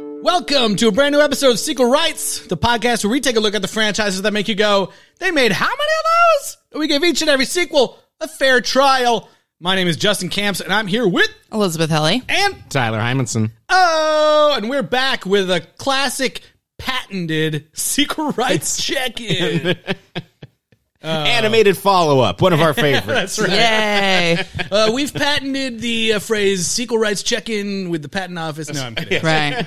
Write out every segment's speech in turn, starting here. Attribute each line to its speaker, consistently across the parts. Speaker 1: Welcome to a brand new episode of Sequel Rights, the podcast where we take a look at the franchises that make you go, they made how many of those? And we give each and every sequel a fair trial. My name is Justin Camps, and I'm here with
Speaker 2: Elizabeth Helly.
Speaker 1: and
Speaker 3: Tyler Hymanson.
Speaker 1: oh, and we're back with a classic patented Sequel Rights check-in.
Speaker 3: Animated follow up, one of our favorites.
Speaker 1: Oh. That's right.
Speaker 2: Yay.
Speaker 1: Uh, we've patented the uh, phrase "sequel rights check-in" with the patent office. No, I'm kidding.
Speaker 2: right.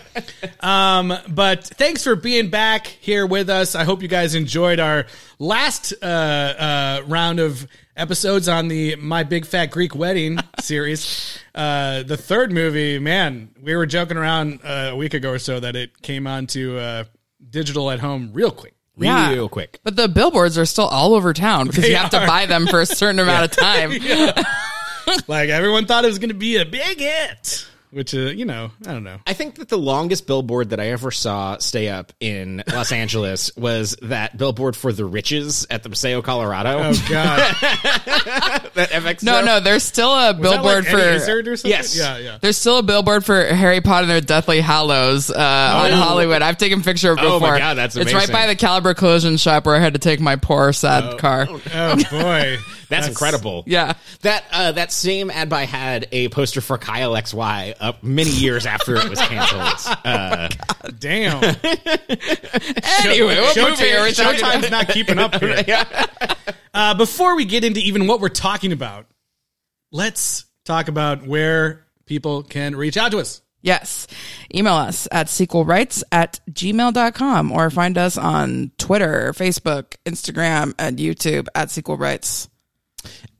Speaker 1: But thanks for being back here with us. I hope you guys enjoyed our last uh, uh, round of episodes on the My Big Fat Greek Wedding series. Uh, the third movie, man, we were joking around uh, a week ago or so that it came onto uh, digital at home real quick.
Speaker 2: Yeah.
Speaker 3: Real quick.
Speaker 2: But the billboards are still all over town because
Speaker 1: They
Speaker 2: you have
Speaker 1: are.
Speaker 2: to buy them for a certain amount of time.
Speaker 1: Like everyone thought it was going to be a big hit, which uh, you know, I don't know.
Speaker 3: I think that the longest billboard that I ever saw stay up in Los Angeles was that billboard for the riches at the Paseo Colorado.
Speaker 1: Oh God!
Speaker 3: that FX
Speaker 2: No,
Speaker 3: show.
Speaker 2: no, there's still a
Speaker 1: Was that,
Speaker 2: billboard
Speaker 1: like, Eddie
Speaker 2: for
Speaker 1: Izzard or something?
Speaker 3: Yes.
Speaker 1: Yeah, yeah.
Speaker 2: there's still a billboard for Harry Potter and their Deathly Hallows uh,
Speaker 1: Oh.
Speaker 2: on Hollywood. I've taken a picture of it
Speaker 3: Oh
Speaker 2: before.
Speaker 3: my God, that's
Speaker 2: It's right
Speaker 3: amazing.
Speaker 2: by the Caliber Collision Shop where I had to take my poor sad car.
Speaker 1: Oh boy,
Speaker 3: That's, incredible.
Speaker 2: Yeah.
Speaker 3: That uh, that same ad buy had a poster for Kyle XY up many years after it was canceled. Uh,
Speaker 1: damn.
Speaker 2: Anyway, what movie are we
Speaker 1: Showtime-
Speaker 2: talking about?
Speaker 1: Showtime's not keeping up here. uh, before we get into even what we're talking about, let's talk about where people can reach out to us.
Speaker 2: Yes. Email us at sequelrights at gmail.com or find us on Twitter, Facebook, Instagram, and YouTube at sequelrights.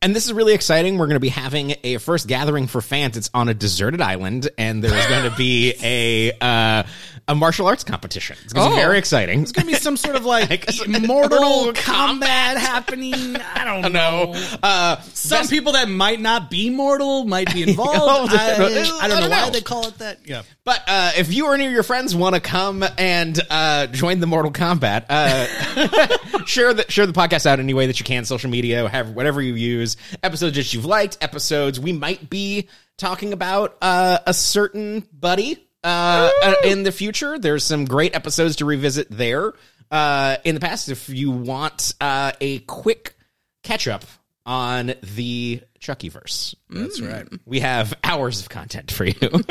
Speaker 3: and this is really exciting. We're going to be having a first gathering for fans. It's on a deserted island, and there is going to be a uh, a martial arts competition. It's going to be
Speaker 2: Oh.
Speaker 3: very exciting.
Speaker 1: It's gonna be some sort of like
Speaker 3: Mortal
Speaker 1: mortal combat happening. I don't know.
Speaker 3: Uh,
Speaker 1: Some people that might not be mortal might be involved.
Speaker 3: Involved.
Speaker 1: I, I don't
Speaker 3: I
Speaker 1: know
Speaker 3: don't
Speaker 1: why
Speaker 3: know.
Speaker 1: they call it that. Yeah.
Speaker 3: but uh, if you or any of your friends want to come and uh, join the Mortal Kombat, uh, share the share the podcast out any way that you can, social media, have whatever you use, episodes that you've liked, episodes we might be talking about uh, a certain buddy uh, uh, in the future. There's some great episodes to revisit there uh, in the past. If you want uh, a quick catch up on the Chuckyverse,
Speaker 1: That's right.
Speaker 3: we have hours of content for you.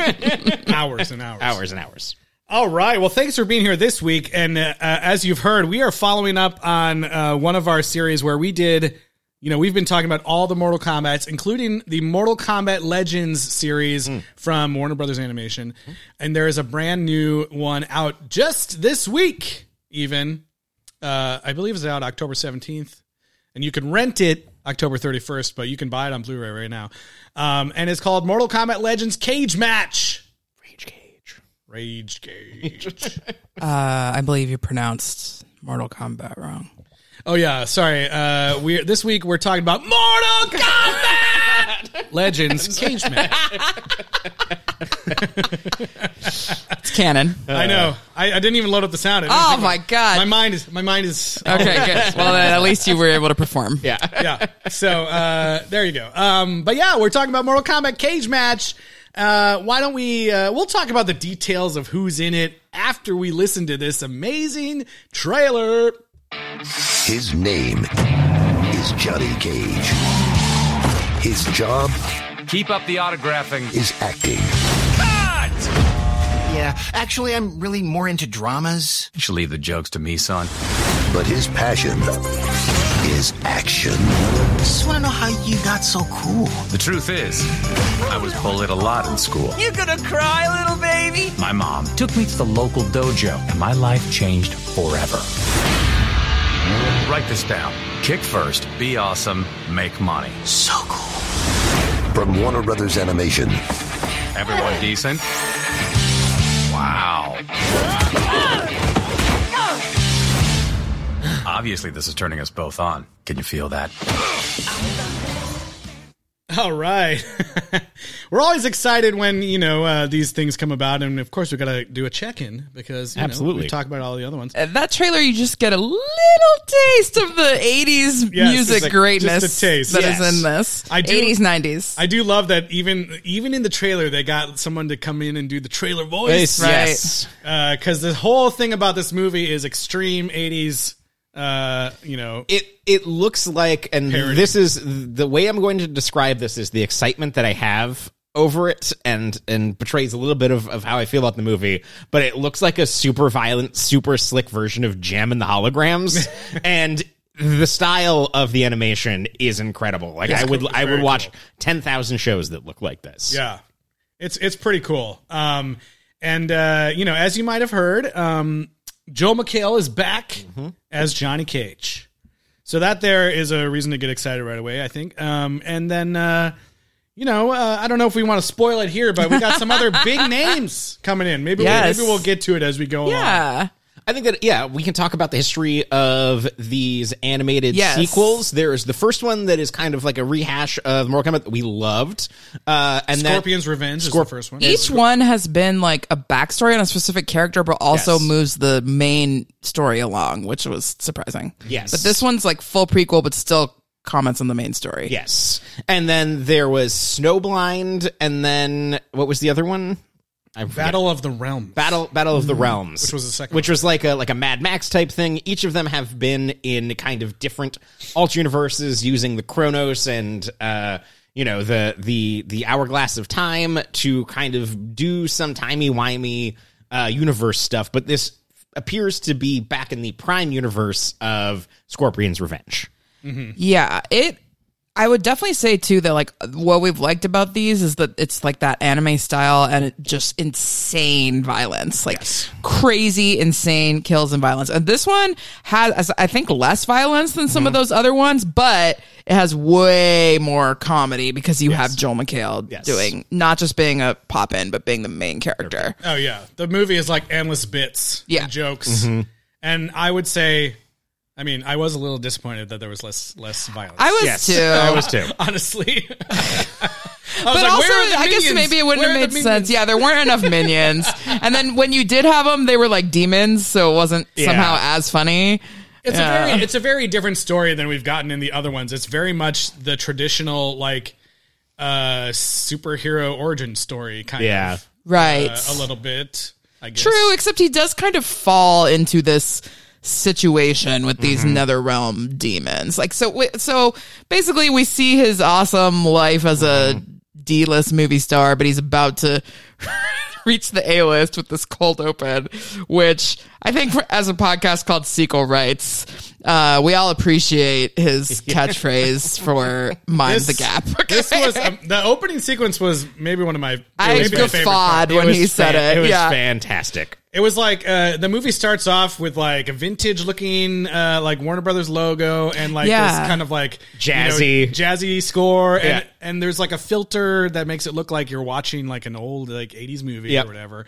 Speaker 1: Hours and hours.
Speaker 3: hours and hours.
Speaker 1: All right. Well, thanks for being here this week. And uh, uh, as you've heard, we are following up on uh, one of our series where we did, you know, we've been talking about all the Mortal Kombats, including the Mortal Kombat Legends series from Warner Brothers Animation. And there is a brand new one out just this week, even. Uh, I believe it's out October 17th. And you can rent it October 31st, but you can buy it on Blu ray right now. Um, and it's called Mortal Kombat Legends Cage Match.
Speaker 3: Rage Cage.
Speaker 1: Rage Cage.
Speaker 2: Uh, I believe you pronounced Mortal Kombat wrong.
Speaker 1: Oh yeah, sorry. Uh, we this week we're talking about Mortal Kombat Legends Cage Match.
Speaker 2: It's canon.
Speaker 1: I know. I, I didn't even load up the sound. I didn't
Speaker 2: Oh
Speaker 1: think
Speaker 2: my God.
Speaker 1: My mind is. My mind is. oh,
Speaker 2: Okay, good. Well, then at least you were able to perform. Yeah.
Speaker 1: yeah. So uh, there you go. Um, but yeah, we're talking about Mortal Kombat Cage Match. Uh, why don't we? Uh, we'll talk about the details of who's in it after we listen to this amazing trailer.
Speaker 4: His name is Johnny Cage. His job
Speaker 5: Keep up the autographing.
Speaker 4: is acting.
Speaker 6: Yeah, actually, I'm really more into dramas.
Speaker 5: You should leave the jokes to me, son.
Speaker 4: But his passion is action.
Speaker 6: Just want to know how you got so cool.
Speaker 5: The truth is, I was bullied a lot in school.
Speaker 7: You gonna cry, little baby?
Speaker 5: My mom took me to the local dojo, and my life changed forever. Write this down. Kick first, be awesome, make money.
Speaker 6: So cool.
Speaker 4: From Warner Brothers Animation,
Speaker 5: Everyone decent? Wow. Obviously, this is turning us both on. Can you feel that?
Speaker 1: All right. We're always excited when, you know, uh, these things come about. And of course, we've got to do a check in because, you know,
Speaker 3: Absolutely.
Speaker 1: we talk about all the other ones.
Speaker 2: Uh, That trailer, you just get a little taste of the 80s
Speaker 1: Yes,
Speaker 2: music
Speaker 1: just a-
Speaker 2: greatness
Speaker 1: just a taste.
Speaker 2: that is
Speaker 1: Yes.
Speaker 2: in this.
Speaker 1: I do-
Speaker 2: 80s, 90s.
Speaker 1: I do love that even even in the trailer, they got someone to come in and do the trailer voice.
Speaker 2: Right.
Speaker 3: Yes.
Speaker 1: Because the whole thing about this movie is extreme 80s, uh, you know,
Speaker 3: It it looks like, and
Speaker 1: Parody.
Speaker 3: this is the way I'm going to describe this is the excitement that I have over it, and and portrays a little bit of, of how I feel about the movie. But it looks like a super violent, super slick version of Jam and the Holograms, and the style of the animation is incredible. Like I would I would watch ten thousand shows that look like this.
Speaker 1: Yeah, it's it's pretty cool. Um, and uh, you know, as you might have heard, um, Joe McHale is back
Speaker 2: Mm-hmm.
Speaker 1: as Johnny Cage. So that there is a reason to get excited right away, I think. Um, and then, uh, you know, uh, I don't know if we want to spoil it here, but we got some other big names coming in. Maybe
Speaker 2: Yes.
Speaker 1: we, maybe we'll get to it as we go along.
Speaker 2: yeah.
Speaker 3: I think that yeah, we can talk about the history of these animated
Speaker 2: Yes.
Speaker 3: sequels. There is the first one that is kind of like a rehash of Mortal Kombat that we loved, uh, and that-
Speaker 1: Scorpion's Revenge is the first one.
Speaker 2: Each one has been like a backstory on a specific character, but also
Speaker 3: Yes.
Speaker 2: moves the main story along, which was surprising.
Speaker 3: Yes.
Speaker 2: But this one's like full prequel, but still comments on the main story.
Speaker 3: yes, and then there was Snowblind, and then what was the other one? I forget.
Speaker 1: Battle of the Realm.
Speaker 3: Battle Battle of the Realms,
Speaker 1: Mm, Which was the second
Speaker 3: which was like a like a Mad Max type thing. Each of them have been in kind of different alt universes using the Chronos and uh, you know the the the hourglass of time to kind of do some timey wimey uh, universe stuff. But this appears to be back in the prime universe of Scorpion's Revenge.
Speaker 2: Yeah, it. I would definitely say too that like what we've liked about these is that it's like that anime style and it just insane violence, like crazy insane kills and violence. And this one has, I think, less violence than some of
Speaker 3: Mm-hmm.
Speaker 2: those other ones, but it has way more comedy because you have Joel McHale
Speaker 3: Yes.
Speaker 2: doing not just being a pop in, but being the main character.
Speaker 1: Oh yeah, the movie is like endless bits,
Speaker 2: Yeah.
Speaker 1: and jokes,
Speaker 3: Mm-hmm.
Speaker 1: and I would say, I mean, I was a little disappointed that there was less less violence.
Speaker 2: I was
Speaker 3: Yes,
Speaker 2: too.
Speaker 3: I was too.
Speaker 1: honestly, I was
Speaker 2: but
Speaker 1: like,
Speaker 2: also,
Speaker 1: where are the
Speaker 2: I guess
Speaker 1: minions?
Speaker 2: maybe it wouldn't
Speaker 1: Where are
Speaker 2: have
Speaker 1: the
Speaker 2: made sense.
Speaker 1: minions?
Speaker 2: Yeah, there weren't enough minions, and then when you did have them, they were like demons, so it wasn't somehow as funny.
Speaker 1: It's
Speaker 2: Yeah.
Speaker 1: a very it's a very different story than we've gotten in the other ones. It's very much the traditional like uh superhero origin story kind
Speaker 3: Yeah.
Speaker 1: of
Speaker 2: right.
Speaker 1: uh, a little bit. I guess.
Speaker 2: True, except he does kind of fall into this situation with these nether realm demons. Like so, wi- so basically, we see his awesome life as a D-list movie star, but he's about to reach the A-list with this cold open, which I think for, as a podcast called Sequel Rights, uh, we all appreciate his catchphrase for mind the gap.
Speaker 1: this was um, the opening sequence was maybe one of my
Speaker 2: I
Speaker 1: maybe my favorite part.
Speaker 2: guffawed when
Speaker 3: was
Speaker 2: he said
Speaker 3: fan-
Speaker 2: it.
Speaker 3: was
Speaker 2: yeah.
Speaker 3: fantastic.
Speaker 1: It was like uh, the movie starts off with like a vintage looking uh, like Warner Brothers logo and like
Speaker 2: Yeah.
Speaker 1: this kind of like you know,
Speaker 3: Jazzy.
Speaker 1: jazzy score and
Speaker 3: Yeah.
Speaker 1: and there's like a filter that makes it look like you're watching like an old like 80s movie
Speaker 3: Yep.
Speaker 1: or whatever.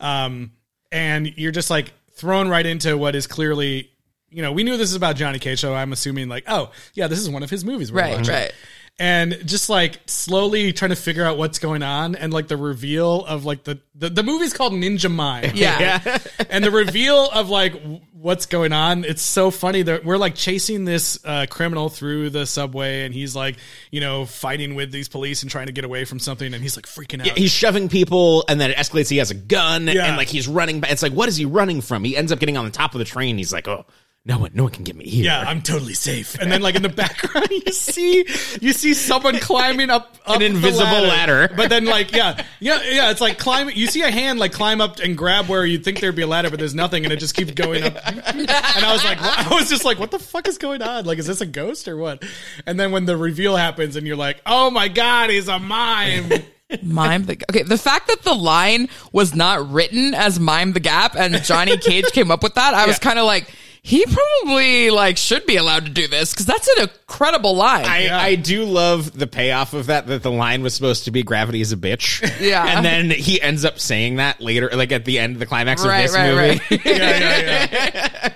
Speaker 1: Um, and you're just like thrown right into what is clearly you know, we knew this is about Johnny Cage, so I'm assuming like, oh, yeah, this is one of his movies. we're
Speaker 2: Right,
Speaker 1: watching.
Speaker 2: right.
Speaker 1: And just like slowly trying to figure out what's going on, and like the reveal of like the the, the movie's called Ninja Mime
Speaker 2: yeah.
Speaker 1: and the reveal of like w- what's going on it's so funny that we're like chasing this uh, criminal through the subway and he's like you know fighting with these police and trying to get away from something and he's like freaking out
Speaker 3: Yeah, he's shoving people, and then it escalates. He has a gun,
Speaker 1: Yeah.
Speaker 3: and like he's running. But it's like, what is he running from? He ends up getting on the top of the train. He's like, oh, no one, no one can get me here.
Speaker 1: yeah, I'm totally safe. And then, like in the background, you see you see someone climbing up, up the
Speaker 3: invisible ladder.
Speaker 1: But then, like yeah, yeah, yeah, it's like climb. You see a hand like climb up and grab where you'd think there'd be a ladder, but there's nothing, and it just keeps going up. And I was like, I was just like, what the fuck is going on? Like, is this a ghost or what? And then when the reveal happens, and you're like, oh my god, he's a mime.
Speaker 2: Mime the okay. The fact that the line was not written as "mime the gap" and Johnny Cage came up with that, I was kind of like, he probably like should be allowed to do this because that's an incredible line.
Speaker 3: I, I do love the payoff of that. That the line was supposed to be "gravity is a bitch."
Speaker 2: Yeah.
Speaker 3: and then he ends up saying that later, like at the end, the climax
Speaker 2: Right,
Speaker 3: of this
Speaker 2: right,
Speaker 3: movie.
Speaker 2: right.
Speaker 1: yeah, yeah, yeah.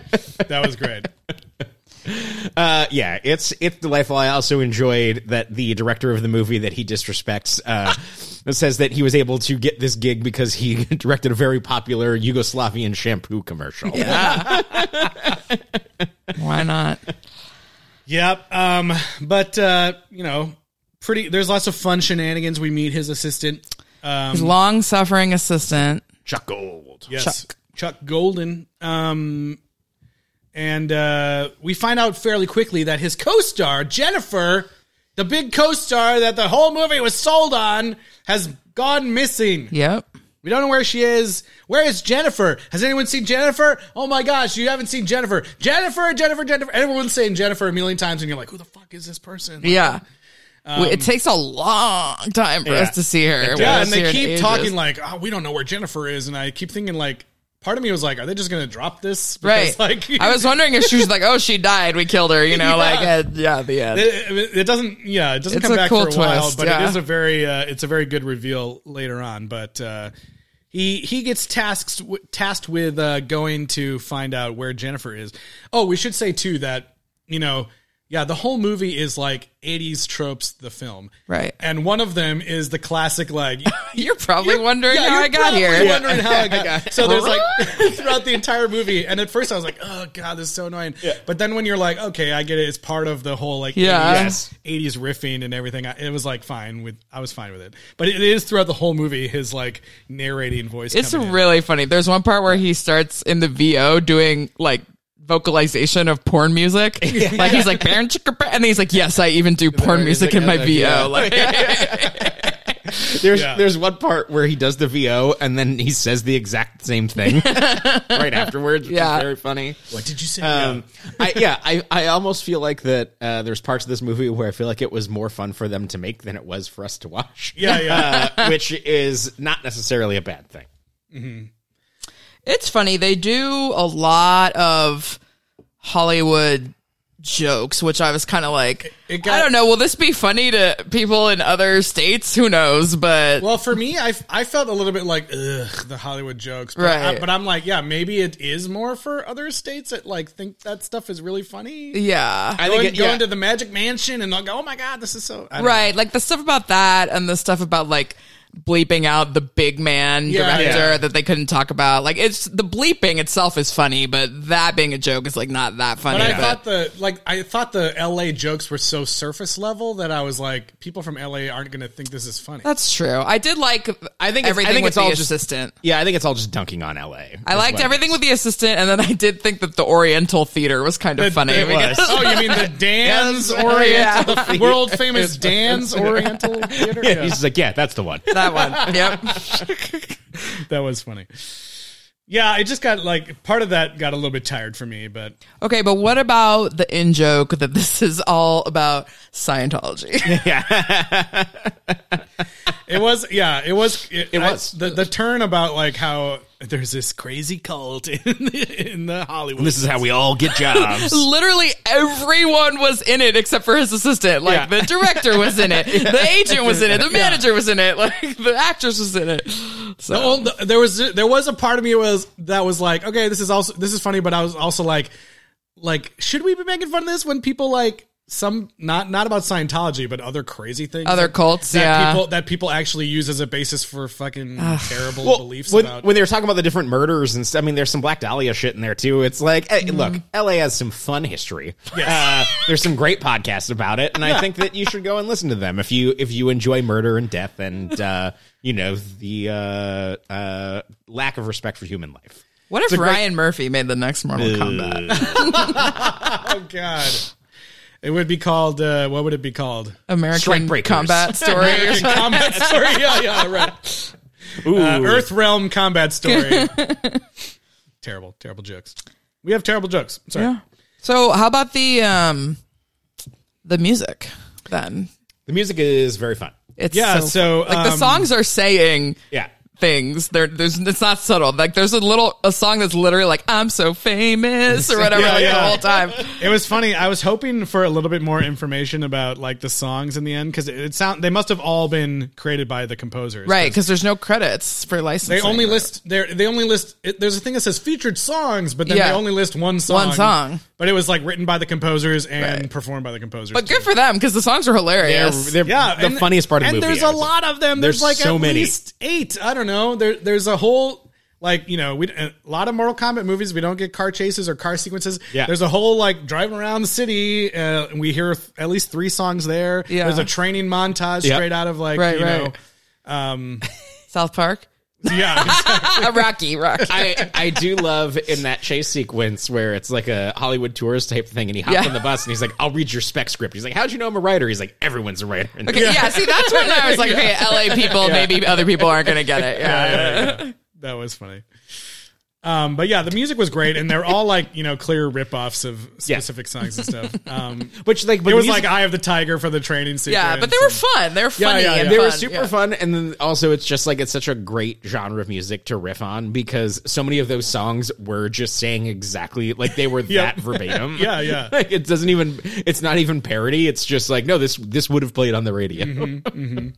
Speaker 1: That was great.
Speaker 3: Uh, yeah, it's it's delightful. I also enjoyed that the director of the movie that he disrespects uh, says that he was able to get this gig because he directed a very popular Yugoslavian shampoo commercial.
Speaker 2: Why not?
Speaker 1: Yep. Um, but uh, you know, pretty. There's lots of fun shenanigans. We meet his assistant.
Speaker 2: His long suffering assistant.
Speaker 3: Chuck Gold.
Speaker 1: Yes. Chuck. Golden. Um, and uh, we find out fairly quickly that his co-star Jennifer, the big co-star that the whole movie was sold on, has gone missing.
Speaker 2: Yep.
Speaker 1: We don't know where she is. Where is Jennifer? Has anyone seen Jennifer? Oh my gosh, you haven't seen Jennifer. Jennifer, Jennifer, Jennifer. Everyone's saying Jennifer a million times, and you're like, who the fuck is this person?
Speaker 2: Yeah. We- it takes a long time for us to see her. We
Speaker 1: Um, Yeah,
Speaker 2: haven't
Speaker 1: and
Speaker 2: seen
Speaker 1: they
Speaker 2: her in
Speaker 1: keep
Speaker 2: ages.
Speaker 1: talking like, oh, we don't know where Jennifer is, and I keep thinking like, part of me was like, are they just gonna drop this?
Speaker 2: Right.
Speaker 1: Because, Like,
Speaker 2: I was wondering if she was like, oh, she died. We killed her. You
Speaker 1: Yeah.
Speaker 2: know, like, uh, yeah, the end.
Speaker 1: It, it doesn't. Yeah, it doesn't
Speaker 2: It's
Speaker 1: come
Speaker 2: a
Speaker 1: back
Speaker 2: cool
Speaker 1: for a while,
Speaker 2: twist,
Speaker 1: but
Speaker 2: yeah.
Speaker 1: it is a very. Uh, it's a very good reveal later on. But uh, he he gets tasked w- tasked with uh, going to find out where Jennifer is. Oh, we should say too that you know. Yeah, the whole movie is like 80s tropes, the film.
Speaker 2: Right.
Speaker 1: And one of them is the classic, like,
Speaker 2: You're probably
Speaker 1: You're-
Speaker 2: wondering
Speaker 1: yeah,
Speaker 2: how
Speaker 1: you're
Speaker 2: I got
Speaker 1: probably
Speaker 2: here.
Speaker 1: Wondering how I got. So there's like throughout the entire movie, and at first I was like, "Oh god, this is so annoying." But then when you're like, "Okay, I get it. It's part of the whole like
Speaker 2: Yeah.
Speaker 1: 80s,
Speaker 2: Yes.
Speaker 1: 80s riffing and everything." I, it was like fine with I was fine with it. But it is throughout the whole movie his like narrating voice.
Speaker 2: It's
Speaker 1: coming in.
Speaker 2: really funny. There's one part where he starts in the VO doing like vocalization of porn music. Like he's like, "Baron chicka ba-" and he's like, yes, I even do porn music in my VO. Like,
Speaker 3: There's
Speaker 1: Yeah.
Speaker 3: there's one part where he does the VO and then he says the exact same thing right afterwards. Yeah,
Speaker 2: Yeah.
Speaker 3: very funny.
Speaker 1: What did you say?
Speaker 3: Um, I, yeah, I, I almost feel like that. Uh, there's parts of this movie where I feel like it was more fun for them to make than it was for us to watch.
Speaker 1: yeah, yeah. yeah.
Speaker 3: uh, which is not necessarily a bad thing.
Speaker 2: it's funny. They do a lot of Hollywood jokes, which I was kind of like,
Speaker 1: it got-
Speaker 2: I don't know. Will this be funny to people in other states? Who knows? But
Speaker 1: Well, for me, I, I felt a little bit like ugh the Hollywood jokes, but,
Speaker 2: Right.
Speaker 1: I, but I'm like, yeah, maybe it is more for other states that like think that stuff is really funny.
Speaker 2: yeah.
Speaker 3: I
Speaker 1: I think
Speaker 3: think
Speaker 1: going,
Speaker 3: it, yeah,
Speaker 1: going to the Magic Mansion and they'll go, oh my god, this is so I don't
Speaker 2: Right. Like the stuff about that and the stuff about like bleeping out the big man
Speaker 1: Yeah.
Speaker 2: director
Speaker 1: Yeah.
Speaker 2: that they couldn't talk about. Like it's the bleeping itself is funny, but that being a joke is like not that funny.
Speaker 1: But I
Speaker 2: But-
Speaker 1: thought the like I thought the LA jokes were so surface level that I was like, people from LA aren't gonna think this is funny.
Speaker 2: that's true. I did like
Speaker 3: I think it's- I
Speaker 2: everything
Speaker 3: think
Speaker 2: with
Speaker 3: it's
Speaker 2: the
Speaker 3: all just-
Speaker 2: assistant.
Speaker 3: yeah, I think it's all just dunking on LA.
Speaker 2: I liked everything with the assistant, and then I did think that the Oriental Theater was kind of funny.
Speaker 1: It was.
Speaker 2: because-
Speaker 1: oh, you mean the Dan's Oriental, the world famous Dan's Oriental Theater?
Speaker 3: Yeah,
Speaker 1: Yeah.
Speaker 3: he's just like, yeah, that's the one.
Speaker 2: that one. Yep.
Speaker 1: that was funny. Yeah, it just got like part of that got a little bit tired for me, but
Speaker 2: Okay, but what about the in joke that this is all about Scientology?
Speaker 1: it was yeah, it was it, I-
Speaker 3: was.
Speaker 1: the, the turn about like how there's this crazy cult in the, in the Hollywood.
Speaker 3: This is how we all get jobs.
Speaker 2: literally everyone was in it except for his assistant. Like
Speaker 3: Yeah.
Speaker 2: the director was in it, the agent was in it, the manager was in it, like the actress was in it. So
Speaker 1: The old, there was there was a part of me was that was like, okay, this is also this is funny, but I was also like, like should we be making fun of this when people like some not not about Scientology, but other crazy things,
Speaker 2: other
Speaker 1: that,
Speaker 2: cults,
Speaker 1: that
Speaker 2: yeah.
Speaker 1: people that people actually use as a basis for fucking terrible beliefs
Speaker 3: when,
Speaker 1: about.
Speaker 3: when they were talking about the different murders and stuff, I mean, there's some Black Dahlia shit in there too. It's like, hey,
Speaker 1: Mm-hmm.
Speaker 3: look, LA has some fun history. Uh, there's some great podcasts about it, and I think that you should go and listen to them if you if you enjoy murder and death and uh, you know the uh, uh, lack of respect for human life.
Speaker 2: what if Ryan Murphy made the next Mortal Kombat
Speaker 1: oh god, it would be called uh, what would it be called?
Speaker 2: American
Speaker 3: Strike breakers.
Speaker 2: combat story? or
Speaker 1: American
Speaker 2: something?
Speaker 1: combat story. Yeah, yeah, right.
Speaker 3: Ooh,
Speaker 1: Uh, Earth realm combat story. terrible, terrible jokes. We have terrible jokes. Sorry.
Speaker 2: so how about the um the music then?
Speaker 3: the music is very fun.
Speaker 2: It's
Speaker 1: Yeah, so,
Speaker 2: like the
Speaker 1: um,
Speaker 2: songs are saying
Speaker 3: Yeah.
Speaker 2: things. There, there's it's not subtle. Like there's a little a song that's literally like I'm so famous or whatever
Speaker 1: Yeah,
Speaker 2: like,
Speaker 1: yeah.
Speaker 2: the whole time.
Speaker 1: It was funny. I was hoping for a little bit more information about like the songs in the end because it, it sound they must have all been created by the composers,
Speaker 2: Right, because there's no credits for licensing.
Speaker 1: They only list they they only list it, there's a thing that says featured songs, but then
Speaker 2: Yeah.
Speaker 1: they only list one song.
Speaker 2: One song.
Speaker 1: but it was like written by the composers and
Speaker 2: Right.
Speaker 1: performed by the composers.
Speaker 2: But
Speaker 1: too.
Speaker 2: good for them because the songs are hilarious.
Speaker 3: They're, they're
Speaker 1: yeah,
Speaker 3: the
Speaker 1: and-
Speaker 3: funniest part of the
Speaker 1: and
Speaker 3: movie.
Speaker 1: there's
Speaker 3: I
Speaker 1: a
Speaker 3: would
Speaker 1: lot of them. There's,
Speaker 3: There's
Speaker 1: like
Speaker 3: so
Speaker 1: at
Speaker 3: many.
Speaker 1: least eight. I don't know. There there's a whole like you know we a lot of Mortal Kombat movies we don't get car chases or car sequences.
Speaker 3: Yeah.
Speaker 1: there's a whole like driving around the city. Uh, and we hear th- at least three songs there.
Speaker 2: Yeah.
Speaker 1: there's a training montage
Speaker 3: Yep.
Speaker 1: straight out of like
Speaker 2: Right,
Speaker 1: you
Speaker 2: right. South Park,
Speaker 1: know yeah. exactly.
Speaker 2: uh, Rocky, Rocky.
Speaker 3: I, I do love in that chase sequence where it's like a Hollywood tourist type thing, and he hops
Speaker 2: Yeah.
Speaker 3: on the bus and he's like, "I'll read your spec script." He's like, "How'd you know I'm a writer?" He's like, "Everyone's a writer." And
Speaker 2: Okay, yeah. see, that's when I was like, okay, LA people, maybe other people aren't going to get it. Yeah.
Speaker 1: that was funny. Um, but yeah, the music was great, and they're all like you know clear ripoffs of
Speaker 3: Yeah.
Speaker 1: specific songs and stuff. Um,
Speaker 3: Which like, but
Speaker 1: it was
Speaker 3: music-
Speaker 1: like Eye of the Tiger for the training sequence.
Speaker 2: Yeah, but they were
Speaker 1: and-
Speaker 2: fun. They were funny.
Speaker 1: yeah, yeah.
Speaker 2: and
Speaker 3: they were
Speaker 2: fun,
Speaker 3: super
Speaker 2: yeah.
Speaker 3: fun, and then also it's just like it's such a great genre of music to riff on because so many of those songs were just saying exactly like they were
Speaker 1: Yep.
Speaker 3: that verbatim.
Speaker 1: Yeah, yeah.
Speaker 3: Like, it doesn't even. It's not even parody. It's just like no, this this would have played on the radio.
Speaker 1: Mm-hmm.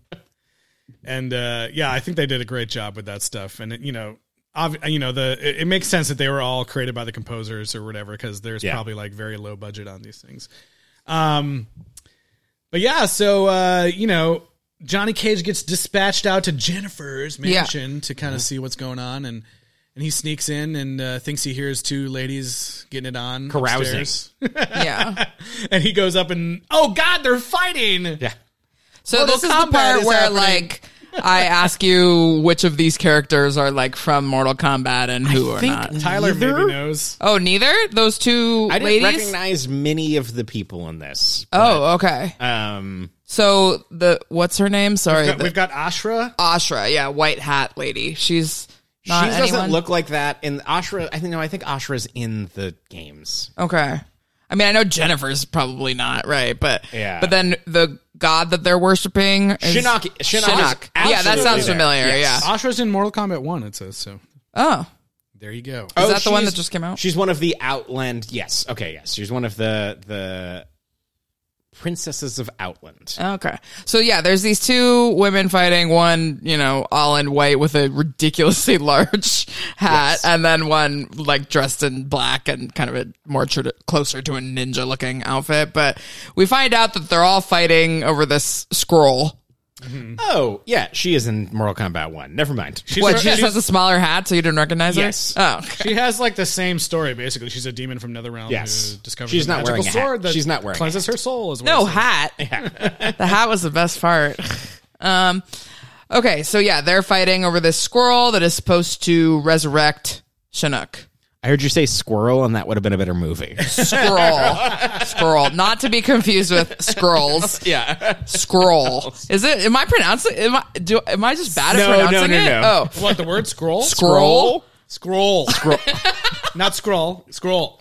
Speaker 1: and uh, yeah, I think they did a great job with that stuff. And it, you know, ob- you know, the it, it makes sense that they were all created by the composers or whatever because there's
Speaker 3: Yeah.
Speaker 1: probably like very low budget on these things. Um, but yeah, so uh, you know, Johnny Cage gets dispatched out to Jennifer's
Speaker 2: Yeah.
Speaker 1: mansion to kind of see what's going on and. And he sneaks in and uh, thinks he hears two ladies getting it on
Speaker 3: Carousing.
Speaker 1: upstairs.
Speaker 2: Yeah.
Speaker 1: and he goes up and oh god, they're fighting!
Speaker 3: Yeah.
Speaker 2: So
Speaker 1: Well,
Speaker 2: this,
Speaker 1: this is
Speaker 2: is the
Speaker 1: the part
Speaker 2: part
Speaker 1: is
Speaker 2: where
Speaker 1: happening.
Speaker 2: like I ask you which of these characters are like from Mortal Kombat and who are not.
Speaker 1: Tyler
Speaker 3: Neither-
Speaker 1: maybe knows.
Speaker 2: oh, neither those two
Speaker 3: I didn't
Speaker 2: ladies.
Speaker 3: recognize many of the people in this.
Speaker 2: oh, okay.
Speaker 3: Um,
Speaker 2: So the what's her name? Sorry,
Speaker 1: Got-
Speaker 2: the-
Speaker 1: We've got Ashra.
Speaker 2: Ashra. Yeah, white hat lady. She's not
Speaker 3: she
Speaker 2: anyone?
Speaker 3: doesn't look like that. And Ashra, I think no, I think Ashra's in the games.
Speaker 2: Okay. I mean, I know Jennifer's probably not right, but
Speaker 3: Yeah.
Speaker 2: But then the god that they're worshiping is
Speaker 3: Shinnok- Shinnok is
Speaker 2: Shinnok. Yeah, that
Speaker 3: absolutely
Speaker 2: sounds
Speaker 3: there.
Speaker 2: familiar.
Speaker 3: Yes.
Speaker 2: Yeah.
Speaker 1: Ashra's in Mortal Kombat One. It says so.
Speaker 2: Oh,
Speaker 1: There you go.
Speaker 3: Oh.
Speaker 2: Is that the one that just came out?
Speaker 3: She's one of the Outland. Yes. Okay. Yes. She's one of the the princesses of Outland.
Speaker 2: Okay. So yeah, there's these two women fighting. One, you know, all in white with a ridiculously large hat, and then one like dressed in black and kind of a more tr- closer to a ninja looking outfit. But we find out that they're all fighting over this scroll.
Speaker 3: Oh, yeah. She is in Mortal Kombat One. Never mind.
Speaker 1: She's
Speaker 2: Hmm. what?
Speaker 1: a-
Speaker 2: She just
Speaker 1: she's-
Speaker 2: has a smaller hat, so you didn't recognize her.
Speaker 3: Yes.
Speaker 2: Oh. okay.
Speaker 1: she has like the same story basically. She's a demon from Netherrealm
Speaker 3: Yes.
Speaker 1: who discovers
Speaker 3: She's
Speaker 1: a
Speaker 3: not
Speaker 1: magical
Speaker 3: wearing a hat.
Speaker 1: sword that
Speaker 3: She's not wearing a
Speaker 1: cleanses her soul as well.
Speaker 2: No hat. the hat was the best part. Um, okay, so yeah, they're fighting over this squirrel that is supposed to resurrect Chinook.
Speaker 3: I heard you say squirrel, and that would have been a better movie.
Speaker 2: Scroll. Scroll. Not to be confused with scrolls.
Speaker 3: yeah.
Speaker 2: Scroll. Is it am I pronouncing am I do am I just bad at
Speaker 3: No, no,
Speaker 2: pronouncing
Speaker 3: no,
Speaker 2: it?
Speaker 3: no.
Speaker 2: Oh.
Speaker 1: What the word scroll?
Speaker 2: Scroll.
Speaker 1: Scroll. Scroll. not scroll. Scroll.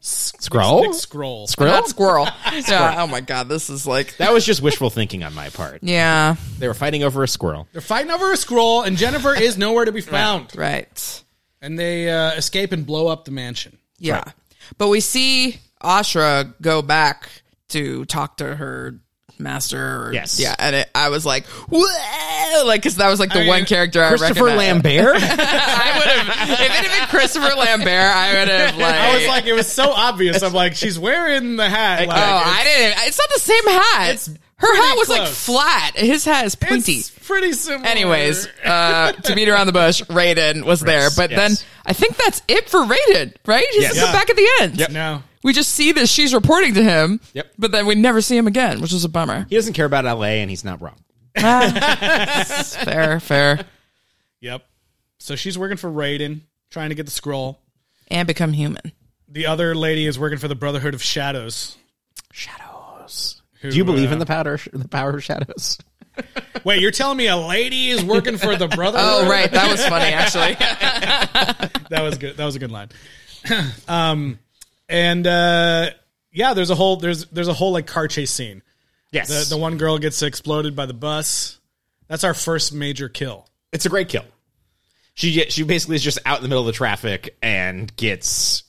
Speaker 3: Scroll.
Speaker 1: Nick Scroll.
Speaker 3: Squirrel.
Speaker 2: Not squirrel. Yeah, oh my god, this is like
Speaker 3: That was just wishful thinking on my part.
Speaker 2: Yeah.
Speaker 3: They were fighting over a squirrel.
Speaker 1: They're fighting over a scroll, and Jennifer is nowhere to be found.
Speaker 2: Right.
Speaker 1: And they uh, escape and blow up the mansion.
Speaker 2: Yeah. But we see Ashra go back to talk to her master. Or,
Speaker 3: Yes.
Speaker 2: Yeah. And it, I was like, whoa! Like, because that was like the
Speaker 1: mean,
Speaker 2: one character I
Speaker 3: Christopher
Speaker 2: recognized.
Speaker 3: Lambert.
Speaker 2: I would have, if it had been Christopher Lambert, I would have like.
Speaker 1: I was like, it was so obvious. I'm like, she's wearing the hat. Like,
Speaker 2: oh, I didn't. It's not the same
Speaker 1: It's
Speaker 2: hat. Her hat
Speaker 1: pretty
Speaker 2: was like
Speaker 1: close.
Speaker 2: flat. His hat is pointy.
Speaker 1: It's pretty similar.
Speaker 2: Anyways, uh, to beat around the bush, Raiden was there, but
Speaker 3: yes.
Speaker 2: then I think that's it for Raiden, right? He's
Speaker 3: Yes.
Speaker 2: at the
Speaker 1: Yeah.
Speaker 2: back at the end.
Speaker 1: No.
Speaker 2: We just see that she's reporting to him.
Speaker 3: Yep.
Speaker 2: But then we never see him again, which is a bummer.
Speaker 3: he doesn't care about L.A., and he's not wrong.
Speaker 2: Fair, fair.
Speaker 1: Yep. So she's working for Raiden, trying to get the scroll.
Speaker 2: And become human.
Speaker 1: The other lady is working for the Brotherhood of Shadows.
Speaker 3: Shadows. Do you
Speaker 2: uh,
Speaker 3: believe in the power the power of shadows?
Speaker 1: Wait, you're telling me a lady is working for the Brotherhood?
Speaker 2: Oh, right. That was funny, actually.
Speaker 1: That was good. That was a good line. um, and uh, yeah, there's a whole there's there's a whole like car chase scene.
Speaker 3: Yes.
Speaker 1: The the one girl gets exploded by the bus. That's our first major kill.
Speaker 3: it's a great kill. She she basically is just out in the middle of the traffic and gets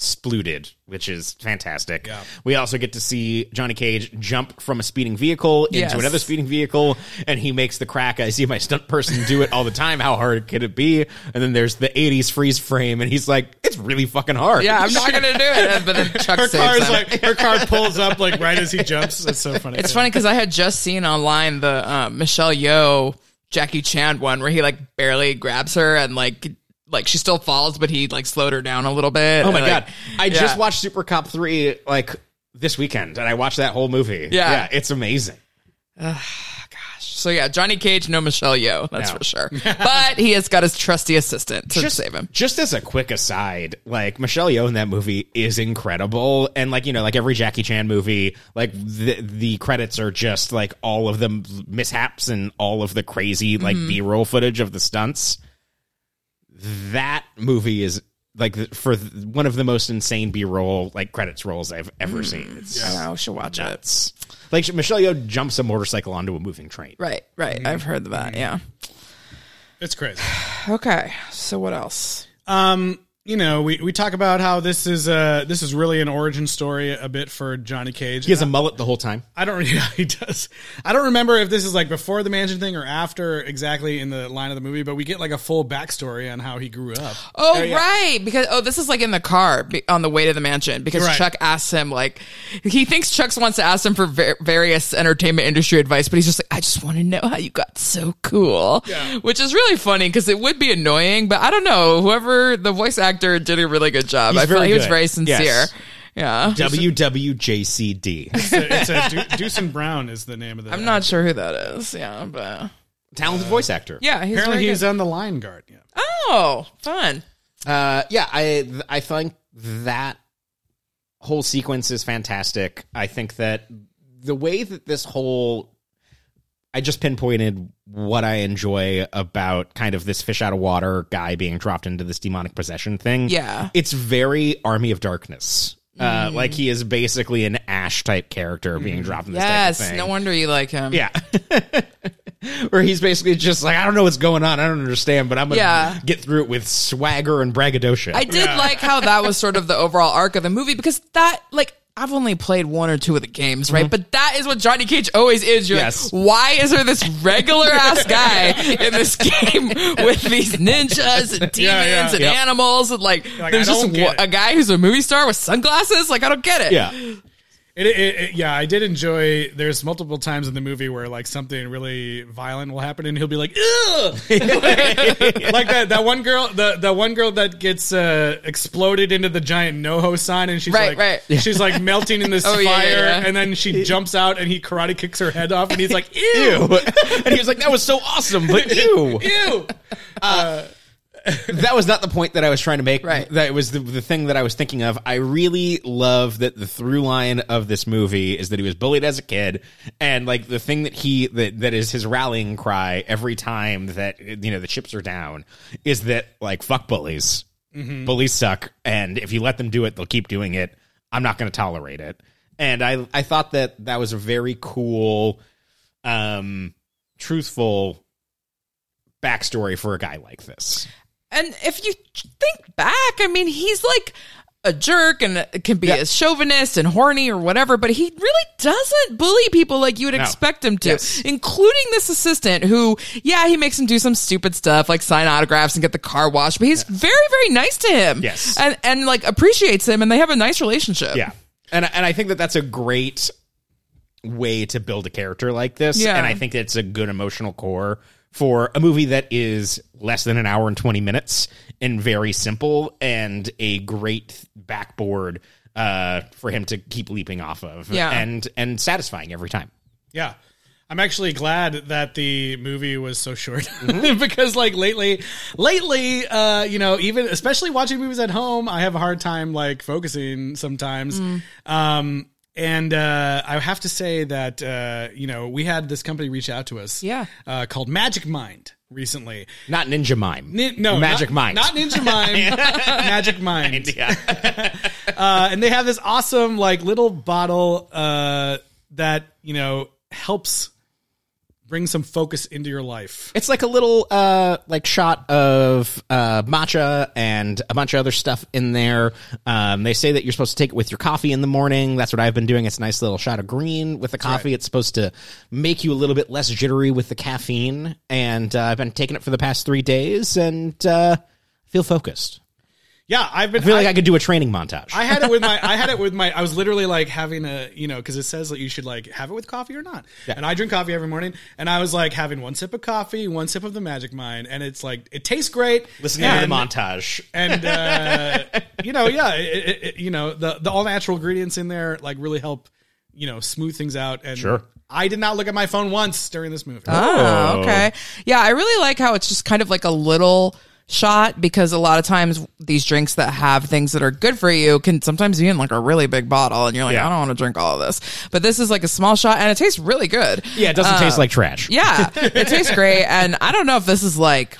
Speaker 3: splooted, which is fantastic. We also get to see Johnny Cage jump from a speeding vehicle into
Speaker 2: Yes.
Speaker 3: another speeding vehicle, and he makes the crack. I see my stunt person do it all the time. How hard could it be? And then there's the 80s freeze frame, and he's like, it's really fucking hard.
Speaker 2: Yeah, I'm not gonna do it. But then Chuck
Speaker 1: Her
Speaker 2: saves
Speaker 1: car is
Speaker 2: him.
Speaker 1: like her car pulls up like right as he jumps. That's so funny.
Speaker 2: It's funny because I had just seen online the uh, Michelle Yeoh Jackie Chan one where he like barely grabs her and like like she still falls, but he like slowed her down a little bit.
Speaker 3: Oh my
Speaker 2: And, like,
Speaker 3: god! I
Speaker 2: yeah.
Speaker 3: just watched Super Cop three like this weekend, and I watched that whole movie.
Speaker 2: Yeah.
Speaker 3: it's amazing.
Speaker 2: So yeah, Johnny Cage, no Michelle Yeoh, that's
Speaker 3: No.
Speaker 2: for sure. But he has got his trusty assistant to
Speaker 3: Just
Speaker 2: save him.
Speaker 3: Just as a quick aside, like Michelle Yeoh in that movie is incredible, and like you know, like every Jackie Chan movie, like the the credits are just like all of the m- mishaps and all of the crazy like
Speaker 2: Mm-hmm.
Speaker 3: B roll footage of the stunts. That movie is like th- for th- one of the most insane B roll like credits rolls I've ever seen. It's
Speaker 2: Oh, she'll watch it.
Speaker 3: nuts. Like Michelle Yeoh jumps a motorcycle onto a moving train.
Speaker 2: Right, right. I've heard that. Yeah.
Speaker 1: It's crazy.
Speaker 2: Okay. So what else?
Speaker 1: Um, you know, we, we talk about how this is uh this is really an origin story a bit for Johnny Cage.
Speaker 3: He has a mullet the whole time.
Speaker 1: I don't yeah, he does. I don't remember if this is like before the mansion thing or after exactly in the line of the movie, but we get like a full backstory on how he grew up.
Speaker 2: Oh, right, because oh, this is like in the car be- on the way to the mansion because
Speaker 1: Right.
Speaker 2: Chuck asks him like he thinks Chuck's wants to ask him for ver- various entertainment industry advice, but he's just like, I just want to know how you got so cool, which is really funny because it would be annoying, but I don't know. Whoever the voice actor did a really good job.
Speaker 3: He's
Speaker 2: I felt
Speaker 3: very
Speaker 2: he was
Speaker 3: good.
Speaker 2: very
Speaker 3: Yes.
Speaker 2: sincere. Yeah,
Speaker 3: WWJCD.
Speaker 1: It's a, it's a Du- Deucen Brown is the name of the.
Speaker 2: I'm not sure who that is. Yeah, but
Speaker 3: Talented voice actor.
Speaker 2: yeah, he's
Speaker 1: Apparently,
Speaker 2: very
Speaker 1: he's
Speaker 2: good.
Speaker 1: on the line guard. Yeah.
Speaker 2: oh fun.
Speaker 3: Uh, yeah, I I think that whole sequence is fantastic. I think that the way that this whole I just pinpointed what I enjoy about kind of this fish out of water guy being dropped into this demonic possession thing.
Speaker 2: Yeah. Mm.
Speaker 3: It's very Army of Darkness. Uh, like he is basically an Ash type character being dropped in this type of
Speaker 2: Yes,
Speaker 3: thing.
Speaker 2: no wonder you like him.
Speaker 3: Yeah. Where he's basically just like, I don't know what's going on. I don't understand, but I'm going to
Speaker 2: Yeah.
Speaker 3: get through it with swagger and braggadocio.
Speaker 2: I did like how that was sort of the overall arc of the movie because that, like, I've only played one or two of the games,
Speaker 1: Mhm.
Speaker 2: right? But that is what Johnny Cage always is. You're
Speaker 3: Yes.
Speaker 2: like, why is there this regular ass guy in this game with these ninjas and demons
Speaker 1: Yeah, yeah.
Speaker 2: and
Speaker 1: Yep.
Speaker 2: animals? And, like,
Speaker 1: like,
Speaker 2: there's
Speaker 1: I
Speaker 2: just
Speaker 1: don't get
Speaker 2: one-
Speaker 1: it.
Speaker 2: a guy who's a movie star with sunglasses? Like, I don't get it.
Speaker 3: yeah.
Speaker 1: It, it, it- yeah, I did enjoy. There's multiple times in the movie where like something really violent will happen, and he'll be like, "Ugh!" like that that one girl, the the one girl that gets uh, exploded into the giant NoHo sign, and she's like,
Speaker 2: Right, right.
Speaker 1: she's like melting in this
Speaker 2: Oh,
Speaker 1: fire,
Speaker 2: yeah, yeah, yeah.
Speaker 1: and then she jumps out, and he karate kicks her head off, and he's like,
Speaker 3: Ew.
Speaker 1: "Ew,
Speaker 3: and he was like, that was so awesome, but ew.
Speaker 1: ew."
Speaker 3: that was not the point that I was trying to make.
Speaker 2: Right.
Speaker 3: That was the, the thing that I was thinking of. I really love that the through line of this movie is that he was bullied as a kid, and like the thing that he that that is his rallying cry every time that you know the chips are down is that like fuck bullies, bullies suck, and if you let them do it, they'll keep doing it. I'm not going to tolerate it. And I I thought that that was a very cool, um, truthful backstory for a guy like this.
Speaker 2: And if you think back, I mean, he's like a jerk and can be a chauvinist and horny or whatever, but he really doesn't bully people like you would expect him to, including this assistant who, yeah, he makes him do some stupid stuff like sign autographs and get the car washed, but he's very, very nice to him.
Speaker 3: Yes.
Speaker 2: And, and like appreciates him and they have a nice relationship.
Speaker 3: Yeah. And and I think that that's a great way to build a character like this.
Speaker 2: Yeah.
Speaker 3: And I think it's a good emotional core for a movie that is less than an hour and 20 minutes and very simple and a great backboard uh, for him to keep leaping off of
Speaker 2: Yeah.
Speaker 3: and and satisfying every time.
Speaker 1: Yeah. I'm actually glad that the movie was so short
Speaker 3: Mm-hmm.
Speaker 1: because like lately lately uh you know even especially watching movies at home I have a hard time like focusing sometimes
Speaker 3: Mm.
Speaker 1: um and uh I have to say that uh you know we had this company reach out to us
Speaker 2: Yeah.
Speaker 1: uh called Magic Mind recently
Speaker 3: Not Ninja Mime.
Speaker 1: Nin- no
Speaker 3: Magic
Speaker 1: not,
Speaker 3: Mind.
Speaker 1: not Ninja Mind Magic Mind
Speaker 3: yeah.
Speaker 1: uh, and they have this awesome like little bottle uh, that you know helps bring some focus into your life.
Speaker 3: It's like a little uh like shot of uh matcha and a bunch of other stuff in there. Um they say that you're supposed to take it with your coffee in the morning. That's what I've been doing. It's a nice little shot of green with the coffee. It's supposed to make you a little bit less jittery with the caffeine and uh, I've been taking it for the past 3 days and uh feel focused.
Speaker 1: Yeah, I've been.
Speaker 3: I feel like I could do a training montage.
Speaker 1: I had it with my. I had it with my. I was literally like having a, you know, because it says that you should like have it with coffee or not. And I drink coffee every morning, and I was like having one sip of coffee, one sip of the Magic Mind, and it's like it tastes great.
Speaker 3: Listening
Speaker 1: and,
Speaker 3: to the montage.
Speaker 1: and uh, you know, yeah, it, it, it, you know, the the all natural ingredients in there like really help, you know, smooth things out. And
Speaker 3: Sure.
Speaker 1: I did not look at my phone once during this movie.
Speaker 2: Oh, okay. Yeah, I really like how it's just kind of like a little shot because a lot of times these drinks that have things that are good for you can sometimes be in like a really big bottle and you're like,
Speaker 3: Yeah.
Speaker 2: I don't want to drink all of this. But this is like a small shot and it tastes really good.
Speaker 3: Yeah, it doesn't taste like trash.
Speaker 2: Yeah, it tastes great. And I don't know if this is like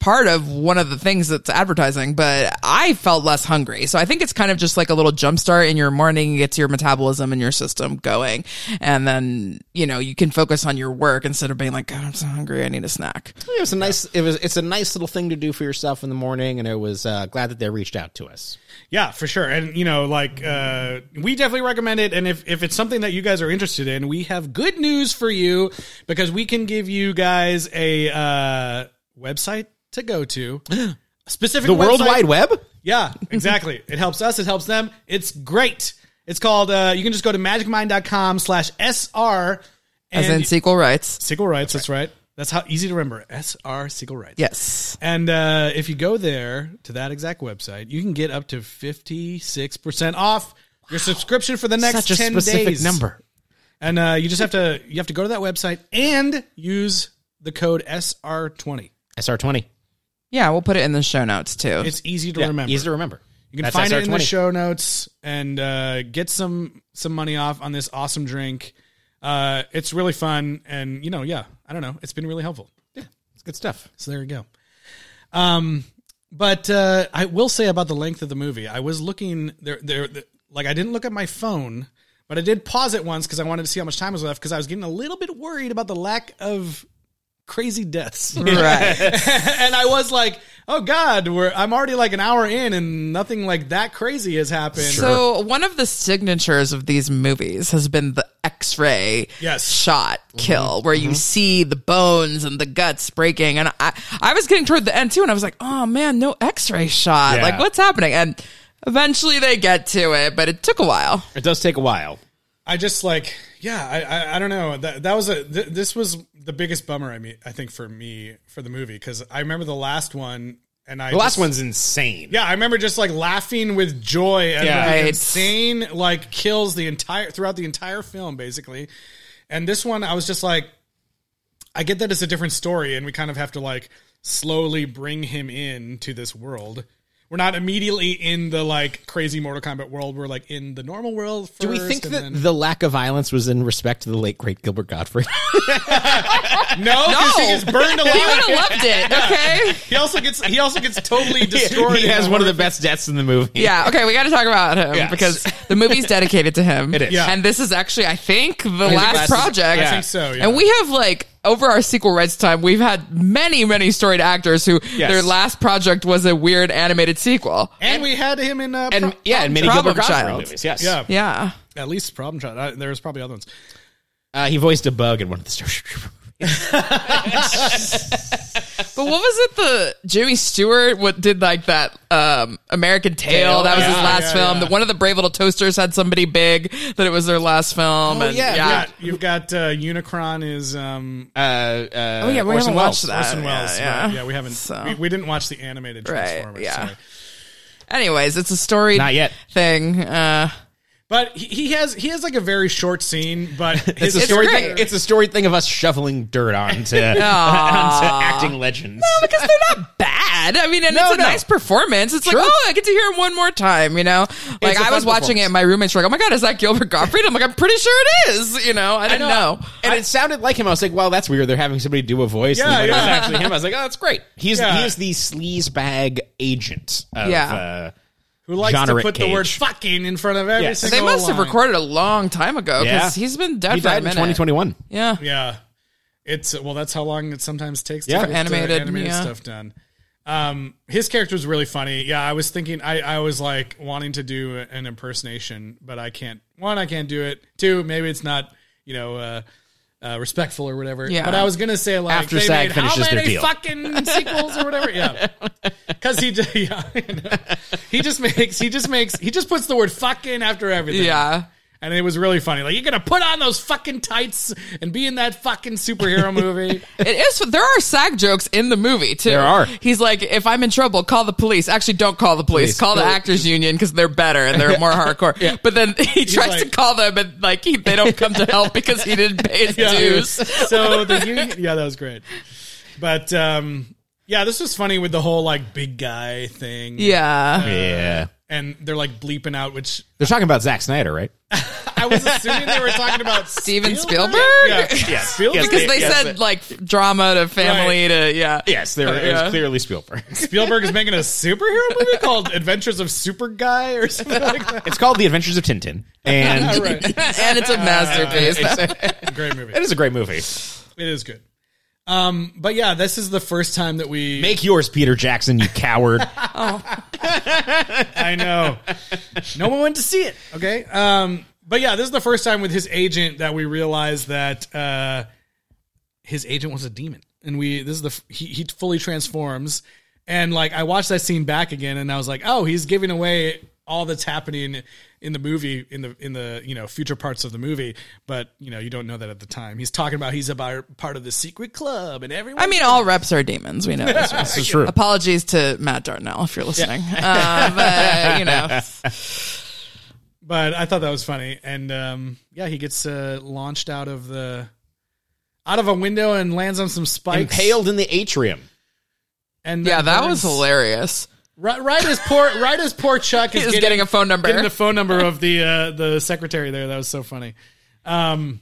Speaker 2: part of one of the things that's advertising, but I felt less hungry. So I think it's kind of just like a little jumpstart in your morning, gets your metabolism and your system going. And then, you know, you can focus on your work instead of being like, God, I'm so hungry. I need a snack.
Speaker 3: It was a nice. It was. It's a nice little thing to do for yourself in the morning, and it was uh, glad that they reached out to us.
Speaker 1: Yeah, for sure. And you know, like uh, we definitely recommend it. And if, if it's something that you guys are interested in, we have good news for you because we can give you guys a uh, website to go to. Specific
Speaker 3: The World
Speaker 1: website-
Speaker 3: Wide Web.
Speaker 1: Yeah, exactly. it helps us. It helps them. It's great. It's called. Uh, you can just go to magicmind.com slash sr
Speaker 2: As in
Speaker 1: and
Speaker 2: sequel rights.
Speaker 1: Siegel rights. That's right. That's how easy to remember. Sr Siegel rights.
Speaker 2: Yes.
Speaker 1: And uh, if you go there to that exact website, you can get up to fifty six percent off your subscription for the next
Speaker 3: Such a
Speaker 1: ten
Speaker 3: specific
Speaker 1: days.
Speaker 3: number.
Speaker 1: and uh, you just have to you have to go to that website and use the code SR twenty.
Speaker 3: SR twenty.
Speaker 2: Yeah, we'll put it in the show notes too.
Speaker 1: It's easy to remember.
Speaker 3: Easy to remember.
Speaker 1: you can
Speaker 3: That's
Speaker 1: find it in the
Speaker 3: SR20.
Speaker 1: show notes and uh, get some some money off on this awesome drink. Uh, it's really fun, and you know, yeah, I don't know, it's been really helpful.
Speaker 3: It's good stuff.
Speaker 1: So there you go. Um, but uh, I will say about the length of the movie, I was looking there, there, there- like I didn't look at my phone, but I did pause it once because I wanted to see how much time was left because I was getting a little bit worried about the lack of crazy deaths,
Speaker 2: right.
Speaker 1: and I was like, oh god, we're I'm already like an hour in and nothing like that crazy has happened.
Speaker 2: So one of the signatures of these movies has been the X-ray
Speaker 1: Yes.
Speaker 2: shot kill, where you see the bones and the guts breaking. And I, I was getting toward the end too, and I was like, oh man, no X-ray shot.
Speaker 3: Yeah.
Speaker 2: Like what's happening? And eventually they get to it, but it took a while.
Speaker 3: It does take a while.
Speaker 1: I just like, yeah, I, I, I don't know. That that was a th- this was the biggest bummer. I mean, I think for me for the movie because I remember the last one. And I
Speaker 3: The last
Speaker 1: just-
Speaker 3: one's insane.
Speaker 1: Yeah, I remember just like laughing with joy at
Speaker 3: Yeah.
Speaker 1: the
Speaker 2: Right.
Speaker 1: insane like kills the entire throughout the entire film basically. And this one I was just like I get that it's a different story and we kind of have to like slowly bring him in to this world. We're not immediately in the like crazy Mortal Kombat world. We're like in the normal world. First
Speaker 3: Do we think
Speaker 1: and
Speaker 3: that
Speaker 1: then-
Speaker 3: the lack of violence was in respect to the late great Gilbert Godfrey?
Speaker 1: no? 'cause he
Speaker 2: No.
Speaker 1: gets burned
Speaker 2: He would have
Speaker 1: alive.
Speaker 2: loved it. Okay.
Speaker 1: he also gets he also gets totally destroyed.
Speaker 3: he
Speaker 1: in
Speaker 3: has
Speaker 1: the
Speaker 3: one of
Speaker 1: horror
Speaker 3: the best deaths in the movie.
Speaker 2: Yeah. Okay. We got to talk about him
Speaker 3: Yes.
Speaker 2: because the movie's dedicated to him. It
Speaker 3: is.
Speaker 1: Yeah.
Speaker 2: And this is actually, I think, the
Speaker 3: last-
Speaker 2: last project.
Speaker 1: I think so, yeah.
Speaker 2: And we have like over our sequel rights time, we've had many, many storied actors who
Speaker 3: Yes.
Speaker 2: their last project was a weird animated sequel.
Speaker 1: And we had him in uh,
Speaker 3: And
Speaker 1: Pro-
Speaker 3: yeah, and many
Speaker 2: Problem
Speaker 3: Gilbert Godfrey
Speaker 2: Child.
Speaker 3: movies. Yes.
Speaker 1: yeah,
Speaker 2: Yeah.
Speaker 1: At least Problem Child. I, there was probably other ones.
Speaker 3: Uh, he voiced a bug in one of the Starship Troopers.
Speaker 2: But what was it? The Jimmy Stewart what did like that um, American Tale? That was his
Speaker 1: Yeah, yeah,
Speaker 2: last film.
Speaker 1: yeah.
Speaker 2: The, one of the Brave Little Toasters had somebody big that it was their last film. and
Speaker 3: yeah,
Speaker 1: Yeah, you've got uh, Unicron is um,
Speaker 2: Oh yeah, we
Speaker 3: Orson
Speaker 2: haven't watched
Speaker 3: Welles.
Speaker 2: that.
Speaker 1: Orson Welles. Uh,
Speaker 2: Yeah,
Speaker 1: right?
Speaker 2: yeah.
Speaker 1: we haven't.
Speaker 2: So-
Speaker 1: We, we didn't watch the animated
Speaker 2: Right,
Speaker 1: Transformers.
Speaker 2: yeah.
Speaker 1: so.
Speaker 2: Anyways, it's a story.
Speaker 3: Not yet.
Speaker 2: Thing. Uh,
Speaker 1: But he, he has he has like a very short scene, but his
Speaker 3: It's a
Speaker 1: it's
Speaker 3: story
Speaker 2: great.
Speaker 3: thing. It's a story thing of us shoveling dirt onto, onto acting legends.
Speaker 2: because they're not bad. I mean, and
Speaker 3: No,
Speaker 2: it's a
Speaker 3: no.
Speaker 2: nice performance. It's
Speaker 3: Sure.
Speaker 2: like, oh, I get to hear him one more time. You know, like
Speaker 3: a
Speaker 2: I was
Speaker 3: fun
Speaker 2: watching it.
Speaker 3: performance.
Speaker 2: My roommates were like, "Oh my god, is that Gilbert Gottfried?" I'm like, "I'm pretty sure it is." You know, I didn't know.
Speaker 3: And it sounded like him. I was like, "Wow, that's weird. They're having somebody do a voice."
Speaker 1: Yeah,
Speaker 3: and then when
Speaker 1: yeah.
Speaker 3: it was actually him. I was like, "Oh, that's great." He's
Speaker 1: Yeah.
Speaker 3: he is the sleaze bag agent. Of,
Speaker 2: Yeah.
Speaker 3: uh,
Speaker 1: who likes to
Speaker 3: genre
Speaker 1: put the word
Speaker 3: cage.
Speaker 1: "fucking" in front of every
Speaker 3: Yes. They
Speaker 2: They
Speaker 1: single.
Speaker 2: must have
Speaker 1: line.
Speaker 2: recorded a long time ago
Speaker 3: Yeah.
Speaker 2: because he's been dead
Speaker 3: he
Speaker 2: for a
Speaker 3: died in
Speaker 2: minute.
Speaker 3: 2021.
Speaker 2: Yeah.
Speaker 1: Yeah, It's well, that's how long it sometimes takes
Speaker 3: Yeah.
Speaker 1: to get uh,
Speaker 2: Animated,
Speaker 1: animated
Speaker 2: yeah.
Speaker 1: stuff done. Um, his character was really funny. Yeah, I was thinking, I, I was like wanting to do an impersonation, but I can't. One, I can't do it. Two, maybe it's not you know uh, uh, respectful or whatever.
Speaker 2: Yeah.
Speaker 1: But I was gonna say like
Speaker 3: After
Speaker 1: they
Speaker 3: SAG
Speaker 1: made how
Speaker 3: finishes
Speaker 1: many
Speaker 3: their deal.
Speaker 1: fucking sequels or whatever. Yeah, because he did- yeah, I know. he just makes he just makes he just puts the word fucking after everything.
Speaker 2: Yeah.
Speaker 1: And it was really funny. Like you're gonna put on those fucking tights and be in that fucking superhero movie.
Speaker 2: It is. There are SAG jokes in the movie too.
Speaker 3: There are.
Speaker 2: He's like, if I'm in trouble, call the police. Actually, don't call the police.
Speaker 3: Police.
Speaker 2: Call the
Speaker 3: No.
Speaker 2: actors union because they're better and they're more hardcore. But then he tries to
Speaker 1: like-
Speaker 2: call them and like he, they don't come to help because he didn't pay his dues.
Speaker 1: so the union, yeah, that was great. But um, yeah, this was funny with the whole like big guy thing.
Speaker 2: Yeah.
Speaker 3: Yeah.
Speaker 1: and they're like bleeping out, which
Speaker 3: They're talking about Zack Snyder, right?
Speaker 1: I was assuming they were talking about
Speaker 2: Steven Spielberg.
Speaker 1: Yeah, Spielberg.
Speaker 3: Yes,
Speaker 2: Because they
Speaker 3: Yes,
Speaker 2: said like drama to family to yeah.
Speaker 3: Yes, they were, it
Speaker 2: Yeah.
Speaker 3: was clearly Spielberg.
Speaker 1: Spielberg is making a superhero movie called Adventures of Super Guy or something like that.
Speaker 3: it's called The Adventures of Tintin, and
Speaker 1: Right.
Speaker 2: and it's a masterpiece.
Speaker 1: Great movie.
Speaker 3: it is a great movie.
Speaker 1: It is good. Um, but yeah, this is the first time that we
Speaker 3: Make yours, Peter Jackson, you coward.
Speaker 1: I know. No one went to see it. Okay. Um, but yeah, this is the first time with his agent that we realized that uh, his agent was a demon, and we this is the he, he fully transforms. And like I watched that scene back again, and I was like, oh, he's giving away all that's happening in the movie in the in the you know future parts of the movie, but you know you don't know that at the time. He's talking about he's about part of the secret club, and everyone.
Speaker 2: I mean, all reps are demons. We know this. right?
Speaker 3: is true.
Speaker 2: Apologies to Matt Darnell if you're listening. Uh, but, you know,
Speaker 1: but I thought that was funny. And um, yeah, he gets uh, launched out of the out of a window and lands on some spikes.
Speaker 3: Impaled in the atrium.
Speaker 1: And
Speaker 2: yeah,
Speaker 1: then
Speaker 2: that was
Speaker 1: burns.
Speaker 2: hilarious.
Speaker 1: Right, right as poor right as poor Chuck is
Speaker 2: He's getting a phone number.
Speaker 1: getting the phone number of the uh, the secretary there. That was so funny. Um,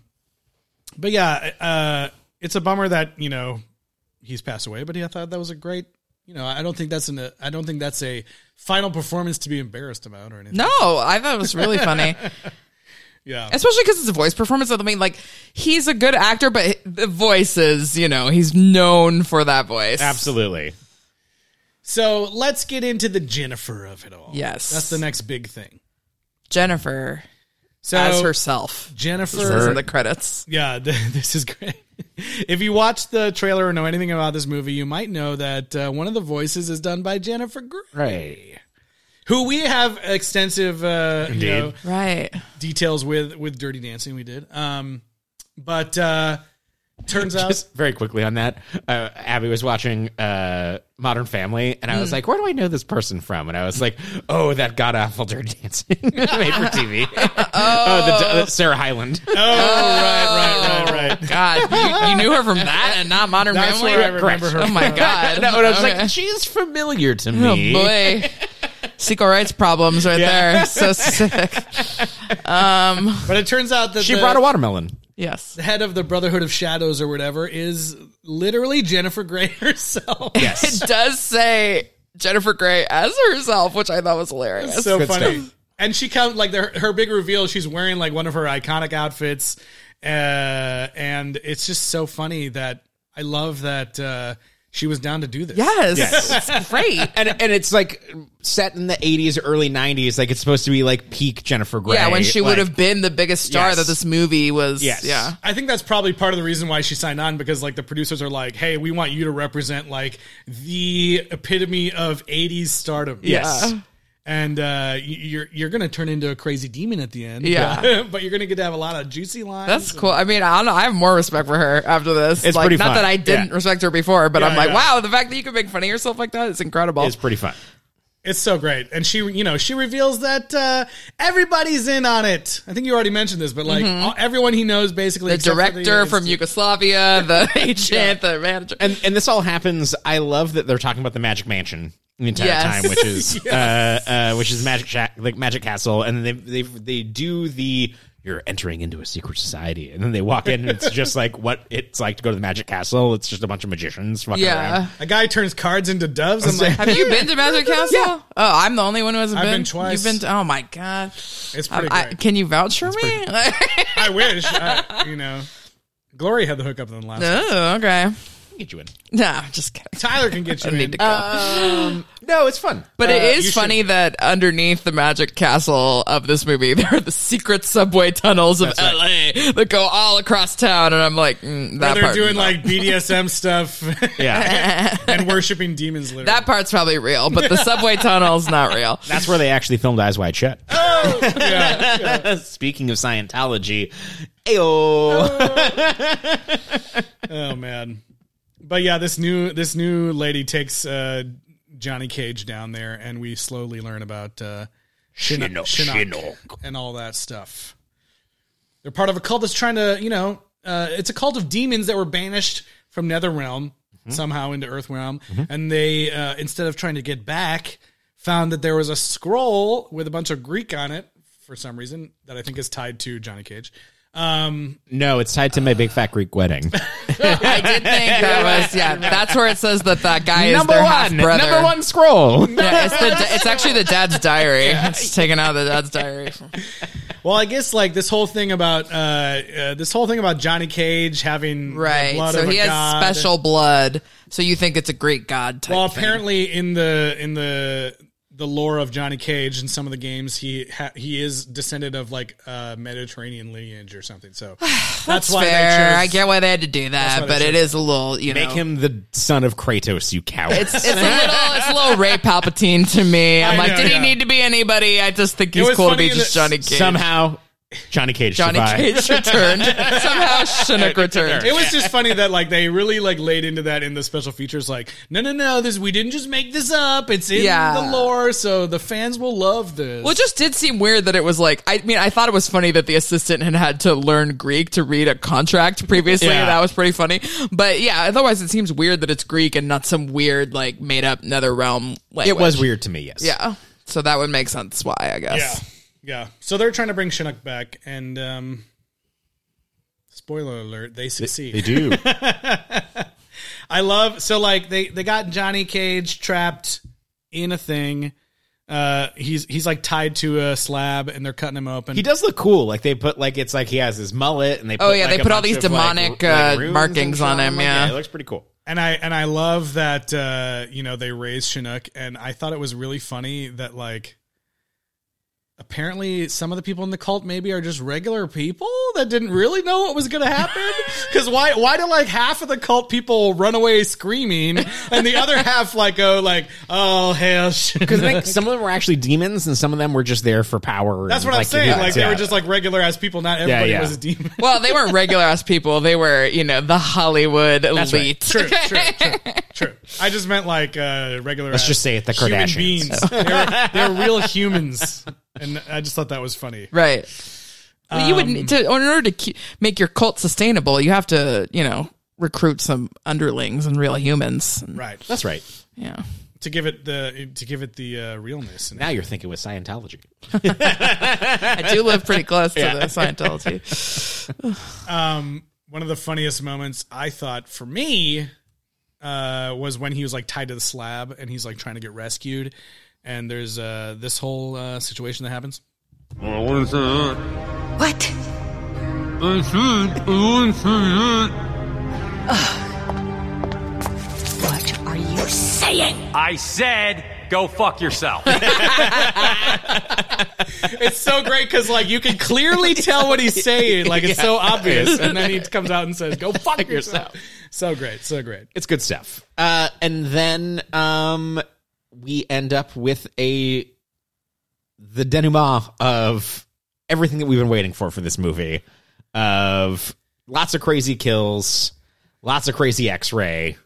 Speaker 1: but yeah, uh, it's a bummer that you know he's passed away. But I thought that was a great. You know, I don't think that's an. uh, I don't think that's a final performance to be embarrassed about or anything.
Speaker 2: No, I thought it was really funny,
Speaker 1: Yeah.
Speaker 2: especially because it's a voice performance. I mean, like he's a good actor, but the voice is, you know, he's known for that voice.
Speaker 3: Absolutely.
Speaker 1: So let's get into the Jennifer of it all.
Speaker 2: Yes.
Speaker 1: that's the next big thing.
Speaker 2: Jennifer
Speaker 1: So
Speaker 2: as herself. This is in
Speaker 1: Jennifer,
Speaker 2: the credits.
Speaker 1: yeah, th- this is great. If you watch the trailer or know anything about this movie, you might know that uh, one of the voices is done by Jennifer Grey,
Speaker 3: Right.
Speaker 1: who we have extensive uh, you
Speaker 3: Indeed.
Speaker 1: know,
Speaker 2: Right.
Speaker 1: details with with Dirty Dancing. We did, um, but uh, turns out,
Speaker 3: Just very quickly on that, uh, Abby was watching uh, Modern Family, and I
Speaker 2: Hmm.
Speaker 3: was like, "Where do I know this person from?" And I was like, "Oh, that god awful dirty dancing made for TV. oh, the, uh, Sarah Highland.
Speaker 1: oh right, right, right, right.
Speaker 2: God, you, you knew her from that and not Modern
Speaker 1: That's
Speaker 2: Family.
Speaker 1: where I remember her.
Speaker 2: Oh my God.
Speaker 3: no, and I was
Speaker 2: Okay.
Speaker 3: like, "She's familiar to
Speaker 2: Oh
Speaker 3: me."
Speaker 2: boy. Sequel rights problems right
Speaker 3: Yeah.
Speaker 2: there. So sick.
Speaker 1: But it turns out that
Speaker 3: She
Speaker 1: the
Speaker 3: brought a watermelon.
Speaker 2: Yes.
Speaker 1: head of the Brotherhood of Shadows or whatever is literally Jennifer Grey herself.
Speaker 2: It does say Jennifer Grey as herself, which I thought was hilarious.
Speaker 1: so
Speaker 3: good
Speaker 1: funny.
Speaker 3: stuff.
Speaker 1: And she comes like the, her big reveal. She's wearing like one of her iconic outfits, uh, and it's just so funny that I love that uh, she was down to do this.
Speaker 2: yes. It's great.
Speaker 3: And, and it's like set in the 80s, early 90s. Like it's supposed to be like peak Jennifer Grey.
Speaker 2: Yeah, when she
Speaker 3: like-
Speaker 2: would have been the biggest star
Speaker 3: Yes.
Speaker 2: that this movie was.
Speaker 3: Yes.
Speaker 2: Yeah.
Speaker 1: I think that's probably part of the reason why she signed on because like the producers are like, "Hey, we want you to represent like the epitome of '80s stardom."
Speaker 3: Yes.
Speaker 2: Yeah.
Speaker 1: and uh, y- you're you're gonna turn into a crazy demon at the end.
Speaker 2: Yeah.
Speaker 1: but you're gonna get to have a lot of juicy lines.
Speaker 2: That's cool. I mean, I don't know. I have more respect for her after this.
Speaker 3: It's
Speaker 2: like,
Speaker 3: pretty
Speaker 2: not
Speaker 3: fun.
Speaker 2: that I didn't
Speaker 3: Yeah.
Speaker 2: respect her before, but
Speaker 1: Yeah,
Speaker 2: I'm like,
Speaker 1: yeah.
Speaker 2: wow, the fact that you can make fun of yourself like that is incredible.
Speaker 3: It's pretty fun.
Speaker 1: It's so great. And she, you know, she reveals that uh, everybody's in on it. I think you already mentioned this, but like all, everyone he knows basically.
Speaker 2: Mm-hmm. the
Speaker 1: except for
Speaker 2: director
Speaker 1: the-
Speaker 2: from Yugoslavia, the agent, the manager.
Speaker 3: And and this all happens. I love that they're talking about the Magic Mansion the entire
Speaker 2: Yes.
Speaker 3: time, which is uh, uh, which is Magic Shack, like Magic Castle, and then they they they do the you're entering into a secret society, and then they walk in, and it's just like what it's like to go to the Magic Castle. It's just a bunch of magicians fucking
Speaker 2: yeah.
Speaker 3: around.
Speaker 1: A guy turns cards into doves. I'm like,
Speaker 2: Have you been to Magic Castle?
Speaker 3: Yeah.
Speaker 2: Oh, I'm the only one who hasn't
Speaker 1: I've
Speaker 2: been.
Speaker 1: been twice.
Speaker 2: You've been. To, oh my god.
Speaker 1: it's
Speaker 2: I,
Speaker 1: pretty
Speaker 2: I-
Speaker 1: great.
Speaker 2: can you vouch for me?
Speaker 1: I wish, I, you know. Glory had the hookup than last. time.
Speaker 2: Oh, okay.
Speaker 3: Get you in.
Speaker 2: Nah, just kidding.
Speaker 1: Tyler can get you
Speaker 2: I
Speaker 1: in.
Speaker 2: need to go.
Speaker 3: Um, No, it's fun.
Speaker 2: but
Speaker 1: uh,
Speaker 2: it
Speaker 1: you
Speaker 2: is
Speaker 1: should-
Speaker 2: funny that underneath the magic castle of this movie, there are the secret subway tunnels of LA that go all across town, and I'm like, mm, that
Speaker 1: They're
Speaker 2: part,
Speaker 1: doing
Speaker 2: no.
Speaker 1: like BDSM stuff
Speaker 3: Yeah,
Speaker 1: and worshiping demons. Literally.
Speaker 2: that part's probably real, but the subway tunnel's not real.
Speaker 3: that's where they actually filmed Eyes Wide Shut. Oh,
Speaker 1: yeah.
Speaker 3: Speaking of Scientology, ayo.
Speaker 1: Oh man. But yeah, this new this new lady takes uh, Johnny Cage down there, and we slowly learn about uh, Chinook, Chinook
Speaker 3: Chinook, Chinook.
Speaker 1: and all that stuff. They're part of a cult that's trying to, you know, uh, it's a cult of demons that were banished from Netherrealm somehow into Earthrealm, and they uh, instead of trying to get back, found that there was a scroll with a bunch of Greek on it for some reason that I think is tied to Johnny Cage. Um,
Speaker 3: No, it's tied to my big fat Greek wedding.
Speaker 2: I did think that was yeah. That's where it says that that guy is
Speaker 3: number
Speaker 2: their half
Speaker 3: one,
Speaker 2: brother.
Speaker 3: number one scroll.
Speaker 2: Yeah, it's, the, da- it's actually the dad's diary. It's taken out of the dad's diary.
Speaker 1: Well, I guess like this whole thing about uh, uh this whole thing about Johnny Cage having the
Speaker 2: Right.
Speaker 1: blood
Speaker 2: So
Speaker 1: of a
Speaker 2: he has
Speaker 1: god.
Speaker 2: special blood. So you think it's a Greek god type.
Speaker 1: Well,
Speaker 2: thing.
Speaker 1: apparently in the in the the lore of Johnny Cage in some of the games, he ha- he is descended of like uh, Mediterranean lineage or something. So that's,
Speaker 2: It's
Speaker 1: why they
Speaker 2: fair.
Speaker 1: chose-
Speaker 2: I get why they had to do that,
Speaker 1: why they
Speaker 2: but it
Speaker 1: chose-
Speaker 2: is a little, you
Speaker 3: Make
Speaker 2: know.
Speaker 3: him the son of Kratos, you coward.
Speaker 2: it's, it's a little, it's a little Ray Palpatine to me. I'm
Speaker 1: I
Speaker 2: like,
Speaker 1: know,
Speaker 2: did
Speaker 1: yeah.
Speaker 2: he need to be anybody? I just think he's
Speaker 1: was
Speaker 2: cool to
Speaker 1: funny
Speaker 2: be just
Speaker 1: that
Speaker 2: Johnny Cage.
Speaker 3: Somehow, Johnny Cage
Speaker 2: Johnny
Speaker 3: survived.
Speaker 2: Cage returned. Somehow Chinook returned.
Speaker 1: It was just funny that like they really like laid into that in the special features. Like, no, no, no, this we didn't just make this up. It's in
Speaker 2: Yeah.
Speaker 1: the lore, so the fans will love this.
Speaker 2: Well, it just did seem weird that it was like. I mean, I thought it was funny that the assistant had had to learn Greek to read a contract previously.
Speaker 3: Yeah.
Speaker 2: That was pretty funny. But yeah, otherwise it seems weird that it's Greek and not some weird like made up nether realm language.
Speaker 3: It was weird to me, yes.
Speaker 2: Yeah. So that would make sense why I
Speaker 1: Yeah,
Speaker 2: guess.
Speaker 1: yeah. So they're trying to bring Chinook back, and um, spoiler alert, they succeed.
Speaker 3: They do.
Speaker 1: I love so like they they got Johnny Cage trapped in a thing. Uh, he's he's like tied to a slab, and they're cutting him open.
Speaker 3: he does look cool. Like they put like it's like he has his mullet and they put,
Speaker 2: Oh, yeah,
Speaker 3: like,
Speaker 2: they
Speaker 3: a
Speaker 2: put all
Speaker 3: bunch
Speaker 2: these
Speaker 3: of, like,
Speaker 2: demonic,
Speaker 3: r- like,
Speaker 2: uh,
Speaker 3: runes
Speaker 2: markings
Speaker 3: and
Speaker 2: on
Speaker 3: stuff.
Speaker 2: him,
Speaker 3: Like,
Speaker 2: yeah.
Speaker 3: it looks pretty cool.
Speaker 1: and I and I love that uh, you know they raised Chinook, and I thought it was really funny that like apparently some of the people in the cult maybe are just regular people that didn't really know what was going to happen. Because why why do like half of the cult people run away screaming, and the other half like go like oh hell Chinook.
Speaker 3: Because I think some of them were actually demons and some of them were just there for power.
Speaker 1: That's
Speaker 3: and,
Speaker 1: what I'm saying.
Speaker 3: yeah,
Speaker 1: like they
Speaker 3: yeah.
Speaker 1: were just like regular ass people. Not everybody
Speaker 3: yeah.
Speaker 1: was a demon.
Speaker 2: Well, they weren't regular ass people. They were, you know, the Hollywood
Speaker 3: That's right.
Speaker 2: elite.
Speaker 1: True, true, true, true. I just meant like uh, regular.
Speaker 3: Let's
Speaker 1: ass
Speaker 3: just say it, the
Speaker 1: human
Speaker 3: Kardashians.
Speaker 1: beings. they're, they're real humans, and I just thought that was funny.
Speaker 2: Right. Well, you would need to, in order to keep, make your cult sustainable, you have to, you know, recruit some underlings and real humans. And,
Speaker 1: Right.
Speaker 3: That's right.
Speaker 2: Yeah.
Speaker 1: To give it the to give it the uh, realness. And
Speaker 3: Now you're thinking with Scientology.
Speaker 2: I do live pretty close to the Scientology.
Speaker 1: one of the funniest moments I thought for me uh, was when he was like tied to the slab and he's like trying to get rescued, and there's uh, this whole uh, situation that happens.
Speaker 7: What?
Speaker 8: What are you saying?
Speaker 9: I said, go fuck yourself.
Speaker 1: It's so great because like you can clearly tell what he's saying, like it's so obvious, and then he comes out and says, "Go fuck yourself." So great, so great.
Speaker 3: It's good stuff. Uh, and then um, we end up with a the denouement of everything that we've been waiting for for this movie. Of lots of crazy kills, lots of crazy X-ray,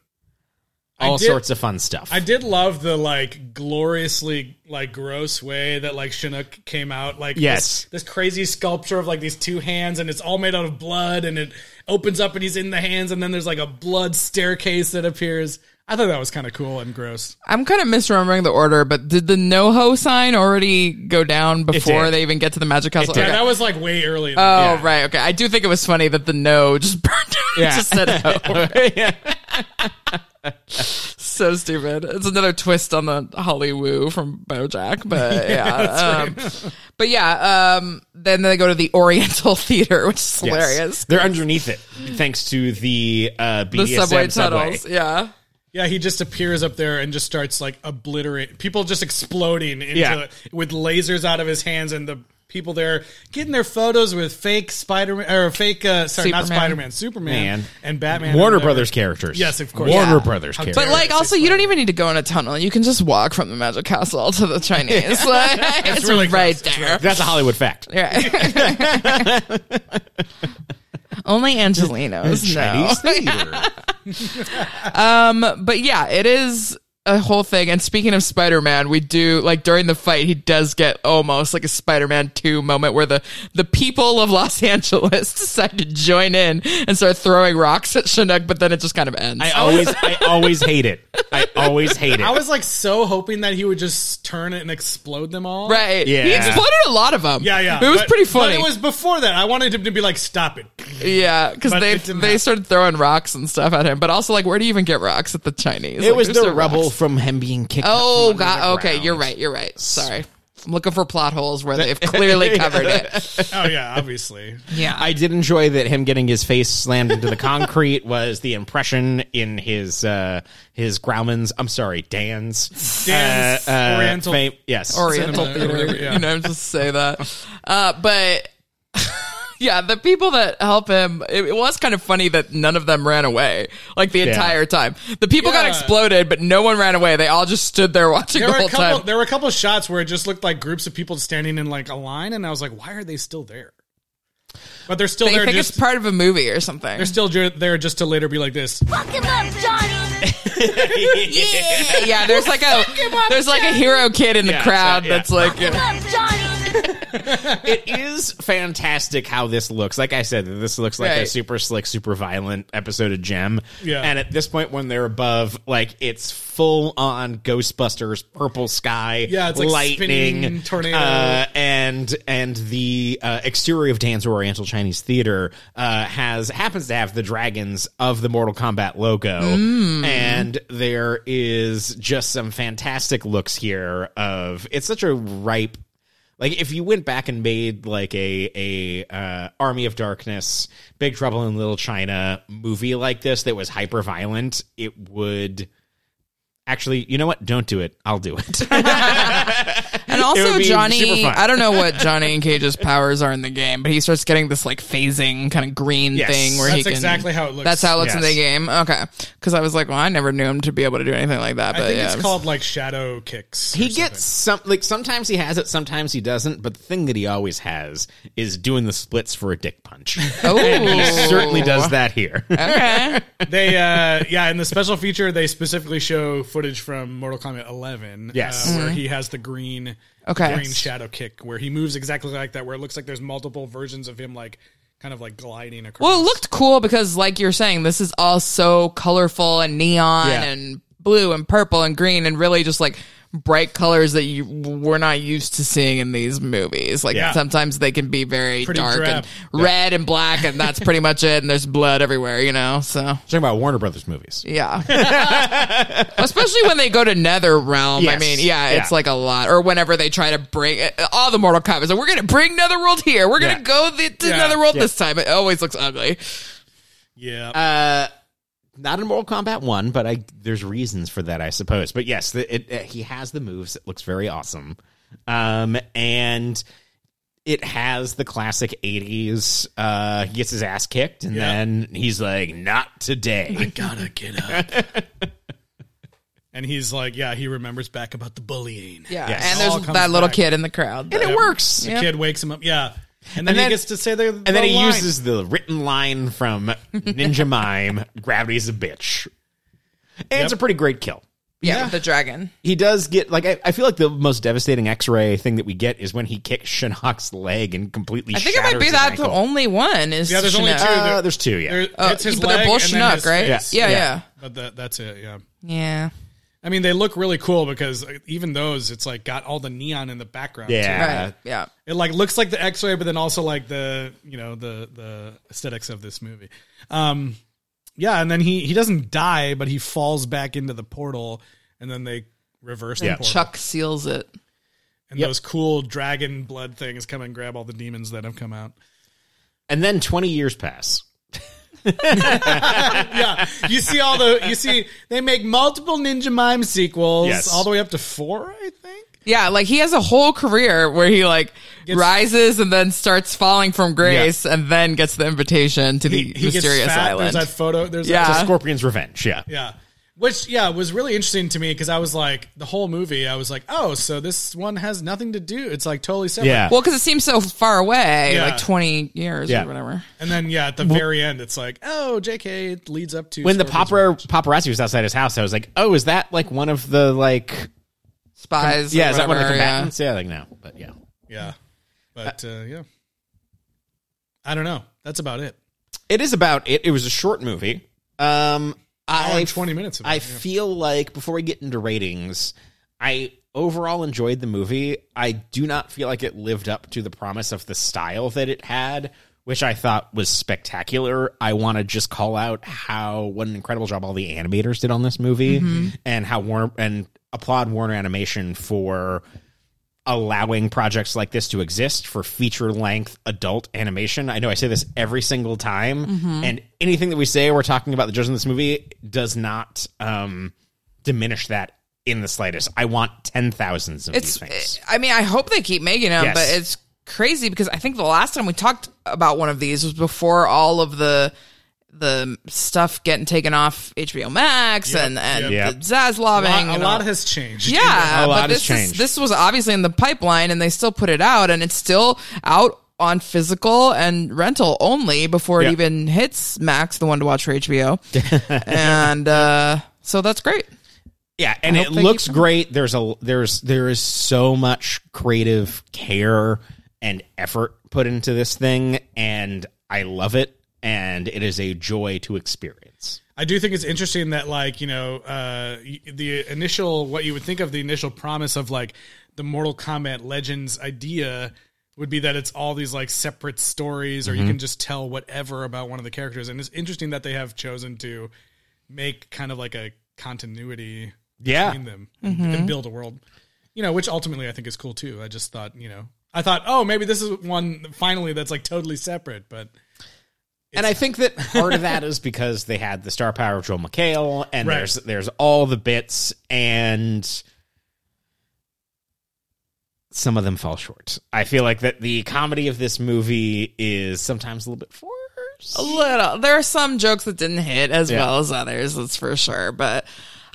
Speaker 3: all
Speaker 1: did-
Speaker 3: sorts of fun stuff.
Speaker 1: I did love the like gloriously like gross way that like Chinook came out like this,
Speaker 3: Yes.
Speaker 1: this crazy sculpture of like these two hands and it's all made out of blood and it opens up and he's in the hands and then there's like a blood staircase that appears. I thought that was kind of cool and gross.
Speaker 2: I'm kind of misremembering the order, but did the no ho sign already go down before
Speaker 3: did.
Speaker 2: they even get to the Magic Castle?
Speaker 3: did.
Speaker 2: Okay.
Speaker 1: Yeah, that was like way early. in the-
Speaker 2: Oh, right. Okay. I do think it was funny that the no just burned down.
Speaker 3: Yeah.
Speaker 2: just said no. so stupid. It's another twist on the Hollywood from BoJack, but yeah. um, But yeah, um, then they go to the Oriental Theater, which is
Speaker 3: Yes.
Speaker 2: hilarious.
Speaker 3: They're underneath it, thanks to the uh, BDSM
Speaker 2: The subway
Speaker 3: subway.
Speaker 2: tunnels. Yeah.
Speaker 1: Yeah, he just appears up there and just starts like obliterating people, just exploding into
Speaker 3: Yeah.
Speaker 1: with lasers out of his hands, and the people there getting their photos with fake Spider Man or fake uh, sorry, not
Speaker 2: Superman.
Speaker 1: Spider Man, Superman
Speaker 3: Man.
Speaker 1: and Batman, and
Speaker 3: Warner
Speaker 1: whatever.
Speaker 3: Brothers characters.
Speaker 1: Yes, of course.
Speaker 3: Warner
Speaker 1: Yeah.
Speaker 3: Brothers
Speaker 1: How
Speaker 3: characters.
Speaker 1: dare
Speaker 2: But
Speaker 1: Yeah,
Speaker 2: like,
Speaker 1: it's
Speaker 2: also, you don't even need to go in a tunnel. You can just walk from the Magic Castle to the Chinese. Like, it's,
Speaker 1: really
Speaker 2: right
Speaker 1: close. It's
Speaker 2: there.
Speaker 3: That's a Hollywood fact.
Speaker 2: Yeah. Only Angelinos know.
Speaker 3: Chinese theater.
Speaker 2: But yeah, it is a whole thing. And speaking of Spider Man, we do like during the fight, he does get almost like a Spider Man two moment where the the people of Los Angeles decide to join in and start throwing rocks at Chinook. But then it just kind of ends.
Speaker 3: I always, I always hate it. I always hate it.
Speaker 1: I was like so hoping that he would just turn it and explode them all.
Speaker 2: Right.
Speaker 3: Yeah.
Speaker 2: He exploded a lot of them.
Speaker 1: Yeah, yeah.
Speaker 2: It was
Speaker 1: But-
Speaker 2: pretty
Speaker 1: but
Speaker 2: funny.
Speaker 1: it was before that. I wanted him to be like, stop it.
Speaker 2: yeah, because
Speaker 1: but
Speaker 2: they
Speaker 1: it didn't
Speaker 2: they
Speaker 1: happen.
Speaker 2: started throwing rocks and stuff at him. But also, like, where do you even get rocks at the Chinese?
Speaker 3: it
Speaker 2: Like,
Speaker 3: was
Speaker 2: there's
Speaker 3: the
Speaker 2: no
Speaker 3: rubble
Speaker 2: rocks.
Speaker 3: from him being kicked.
Speaker 2: Oh
Speaker 3: up from
Speaker 2: god.
Speaker 3: under the
Speaker 2: Okay,
Speaker 3: ground.
Speaker 2: you're right. You're right. Sorry. I'm looking for plot holes where they've clearly covered it.
Speaker 1: Oh yeah, obviously.
Speaker 2: Yeah.
Speaker 3: I did enjoy that him getting his face slammed into the concrete was the impression in his uh his Grauman's. I'm sorry, Dan's.
Speaker 1: Dan's
Speaker 3: uh, uh,
Speaker 1: Oriental.
Speaker 3: fame- yes.
Speaker 2: Oriental
Speaker 1: Cinema,
Speaker 2: theater.
Speaker 1: whatever, yeah.
Speaker 2: You know, just say that. Uh, but yeah, the people that help him, it, it was kind of funny that none of them ran away like the entire time. The people got
Speaker 1: Yeah.
Speaker 2: exploded, but no one ran away. They all just stood there watching
Speaker 1: There
Speaker 2: the
Speaker 1: were a
Speaker 2: whole
Speaker 1: couple.
Speaker 2: time.
Speaker 1: There were a couple shots where it just looked like groups of people standing in like a line, and I was like, why are they still there? But they're still
Speaker 2: They
Speaker 1: there.
Speaker 2: think
Speaker 1: just
Speaker 2: it's part of a movie or something.
Speaker 1: they're still ju- there just to later be like this.
Speaker 8: Fuck him up, Johnny!
Speaker 2: yeah, yeah, there's like a there's like a hero kid in the
Speaker 3: Yeah,
Speaker 2: crowd
Speaker 3: so- yeah.
Speaker 2: that's like
Speaker 8: Up, Johnny!
Speaker 3: it is fantastic how this looks. Like I said, this looks like a
Speaker 2: Right.
Speaker 3: super slick, super violent episode of Gem.
Speaker 1: Yeah.
Speaker 3: And at this point, when they're above, like it's full on Ghostbusters, purple sky,
Speaker 1: Yeah, it's like spinning
Speaker 3: lightning,
Speaker 1: tornado.
Speaker 3: uh, and and the uh, exterior of Dan's Oriental Chinese Theater uh, has happens to have the dragons of the Mortal Kombat logo,
Speaker 1: Hmm.
Speaker 3: and there is just some fantastic looks here. Of it's such a ripe like if you went back and made like a a uh, Army of Darkness, Big Trouble in Little China movie like this that was hyper violent, it would actually. You know what? Don't do it. I'll do it.
Speaker 2: And
Speaker 3: It would
Speaker 2: also
Speaker 3: be
Speaker 2: Johnny,
Speaker 3: super fun.
Speaker 2: I don't know what Johnny Cage's powers are in the game, but he starts getting this like phasing kind of green
Speaker 3: Yes.
Speaker 2: thing where he
Speaker 1: That's
Speaker 2: can.
Speaker 1: exactly how it looks.
Speaker 2: That's how it looks in
Speaker 3: Yes.
Speaker 2: the game. Okay, because I was like, well, I never knew him to be able to do anything like that.
Speaker 1: I
Speaker 2: But
Speaker 1: think
Speaker 2: yeah, it
Speaker 1: it's
Speaker 2: was-
Speaker 1: called like shadow kicks. or
Speaker 3: he
Speaker 1: something.
Speaker 3: gets some like sometimes he has it, sometimes he doesn't. But the thing that he always has is doing the splits for a dick punch.
Speaker 2: Oh,
Speaker 3: he certainly does that here.
Speaker 2: Okay.
Speaker 1: they uh yeah in the special feature they specifically show footage from Mortal Kombat 11
Speaker 3: Yes.
Speaker 1: uh, where he has the green
Speaker 2: Mm-hmm. Okay.
Speaker 1: green shadow kick where he moves exactly like that where it looks like there's multiple versions of him like kind of like gliding across
Speaker 2: Well, it looked cool because, like you're saying, this is all so colorful and neon
Speaker 3: Yeah.
Speaker 2: and blue and purple and green and really just like bright colors that you we're not used to seeing in these movies. Like
Speaker 1: Yeah.
Speaker 2: sometimes they can be very
Speaker 1: Pretty
Speaker 2: dark
Speaker 1: drab.
Speaker 2: and red and black, and that's pretty much it. And there's blood everywhere, you know. So
Speaker 3: Talking about Warner Brothers movies.
Speaker 2: yeah, especially when they go to Nether Realm. I
Speaker 3: Yes.
Speaker 2: mean, yeah,
Speaker 3: Yeah.
Speaker 2: it's like a lot. Or whenever they try to bring all the Mortal Kombat, like, we're gonna bring Netherworld here. We're
Speaker 3: Yeah.
Speaker 2: gonna go the, to
Speaker 1: Yeah.
Speaker 2: Netherworld
Speaker 3: Yeah.
Speaker 2: this time. It always looks ugly.
Speaker 1: yeah
Speaker 3: Uh, not in Mortal Kombat One, but I there's reasons for that, I suppose. But yes, the, it, it, he has the moves. It looks very awesome, um, and it has the classic '80s. Uh, he gets his ass kicked, and
Speaker 1: Yeah.
Speaker 3: then he's like, "Not today."
Speaker 1: gotta get up and he's like yeah he remembers back about the bullying
Speaker 2: Yeah,
Speaker 3: Yes.
Speaker 2: and
Speaker 1: It all
Speaker 2: there's
Speaker 1: comes
Speaker 2: that little
Speaker 1: back.
Speaker 2: kid in the crowd.
Speaker 3: and it works.
Speaker 1: the kid wakes him up yeah and then,
Speaker 3: then-
Speaker 1: he gets to say the
Speaker 3: And then he
Speaker 1: line.
Speaker 3: uses the written line from Ninja Mime: "Gravity's a bitch." And it's a pretty great kill.
Speaker 2: yeah, with the dragon.
Speaker 3: he does get like I, I feel like the most devastating X-ray thing that we get is when he kicks Shinnok's leg and completely.
Speaker 2: I think it might be that the only one is.
Speaker 1: Yeah, there's only
Speaker 2: Chinook.
Speaker 1: two.
Speaker 2: Uh,
Speaker 3: Uh, there's two, yeah.
Speaker 1: There-
Speaker 2: Oh,
Speaker 1: it's his
Speaker 2: but they're
Speaker 1: leg
Speaker 2: both
Speaker 1: and then his
Speaker 2: Shinnok, right?
Speaker 1: face.
Speaker 2: Yeah, yeah.
Speaker 1: but that, that's it yeah
Speaker 2: Yeah.
Speaker 1: I mean, they look really cool because uh, even those, it's like got all the neon in the background.
Speaker 3: yeah,
Speaker 2: Right. Yeah.
Speaker 1: It like looks like the X-ray, but then also like the you know the the aesthetics of this movie. Um, yeah, and then he he doesn't die, but he falls back into the portal, and then they reverse.
Speaker 3: Yeah.
Speaker 1: the portal.
Speaker 2: Chuck seals it.
Speaker 1: and those cool dragon blood things come and grab all the demons that have come out.
Speaker 3: And then 20 years pass.
Speaker 1: Yeah, you see all the you see they make multiple Ninja Mime sequels,
Speaker 3: Yes.
Speaker 1: all the way up to four, I think.
Speaker 2: Yeah, like he has a whole career where he like rises and then starts falling from grace and then gets the invitation to the mysterious
Speaker 1: There's
Speaker 2: island.
Speaker 1: that photo. There's
Speaker 2: Yeah.
Speaker 1: that
Speaker 3: It's a Scorpion's Revenge, yeah.
Speaker 1: Yeah. Which yeah was really interesting to me because I was like the whole movie I was like oh so this one has nothing to do it's like totally separate
Speaker 3: Yeah.
Speaker 2: well, because it seems so far away,
Speaker 1: Yeah.
Speaker 2: like 20 years
Speaker 3: Yeah.
Speaker 2: or whatever.
Speaker 1: and then yeah at the very end it's like oh J.K. it leads up to
Speaker 3: when the
Speaker 1: Scorpion's
Speaker 3: papar- paparazzi was outside his house, I was like, oh, is that like one of the like
Speaker 2: Spies.
Speaker 3: yeah,
Speaker 2: or
Speaker 3: is that one of the
Speaker 2: whatever, yeah.
Speaker 3: combatants? Yeah, like no, but yeah.
Speaker 1: yeah but uh, yeah I don't know that's about it
Speaker 3: It is about it. It was a short movie. Um, I
Speaker 1: and 20 minutes of it,
Speaker 3: I
Speaker 1: yeah.
Speaker 3: feel like before we get into ratings, I overall enjoyed the movie. I do not feel like it lived up to the promise of the style that it had, which I thought was spectacular. I want to just call out how what an incredible job all the animators did on this movie,
Speaker 1: Mm-hmm.
Speaker 3: and how Warner and applaud Warner Animation for allowing projects like this to exist for feature length adult animation. I know I say this every single time,
Speaker 2: Mm-hmm.
Speaker 3: and anything that we say we're talking about the judges in this movie does not um, diminish that in the slightest. I want ten thousands of
Speaker 2: It's,
Speaker 3: these things.
Speaker 2: I mean, I hope they keep making them,
Speaker 3: Yes.
Speaker 2: but it's crazy because I think the last time we talked about one of these was before all of the the stuff getting taken off HBO Max and and
Speaker 3: yep.
Speaker 2: the Zaslaving.
Speaker 1: a lot,
Speaker 2: and
Speaker 1: a
Speaker 2: all-
Speaker 1: lot has changed
Speaker 2: Yeah,
Speaker 3: A lot
Speaker 2: but
Speaker 3: has
Speaker 2: this
Speaker 3: changed.
Speaker 2: Is, this was obviously in the pipeline, and they still put it out, and it's still out on physical and rental only before
Speaker 3: Yeah.
Speaker 2: it even hits Max, the one to watch for HBO, and uh, so that's great.
Speaker 3: Yeah, and it
Speaker 2: eh, hope they
Speaker 3: looks
Speaker 2: keep
Speaker 3: great. There's a there's there is so much creative care and effort put into this thing, and I love it. And it is a joy to experience.
Speaker 1: I do think it's interesting that like you know uh, y- the initial what you would think of the initial promise of like the Mortal Kombat Legends idea would be that it's all these like separate stories or you can just tell whatever about one of the characters and it's interesting that they have chosen to make kind of like a continuity
Speaker 3: Yeah.
Speaker 1: between them and- and build a world you know which ultimately I think is cool too I just thought you know I thought oh maybe this is one finally that's like totally separate but
Speaker 3: and I think that part of that is because they had the star power of Joel McHale, and
Speaker 1: Right.
Speaker 3: there's there's all the bits, and some of them fall short. I feel like that the comedy of this movie is sometimes a little bit forced.
Speaker 2: A little. There are some jokes that didn't hit as
Speaker 3: Yeah.
Speaker 2: well as others, that's for sure. But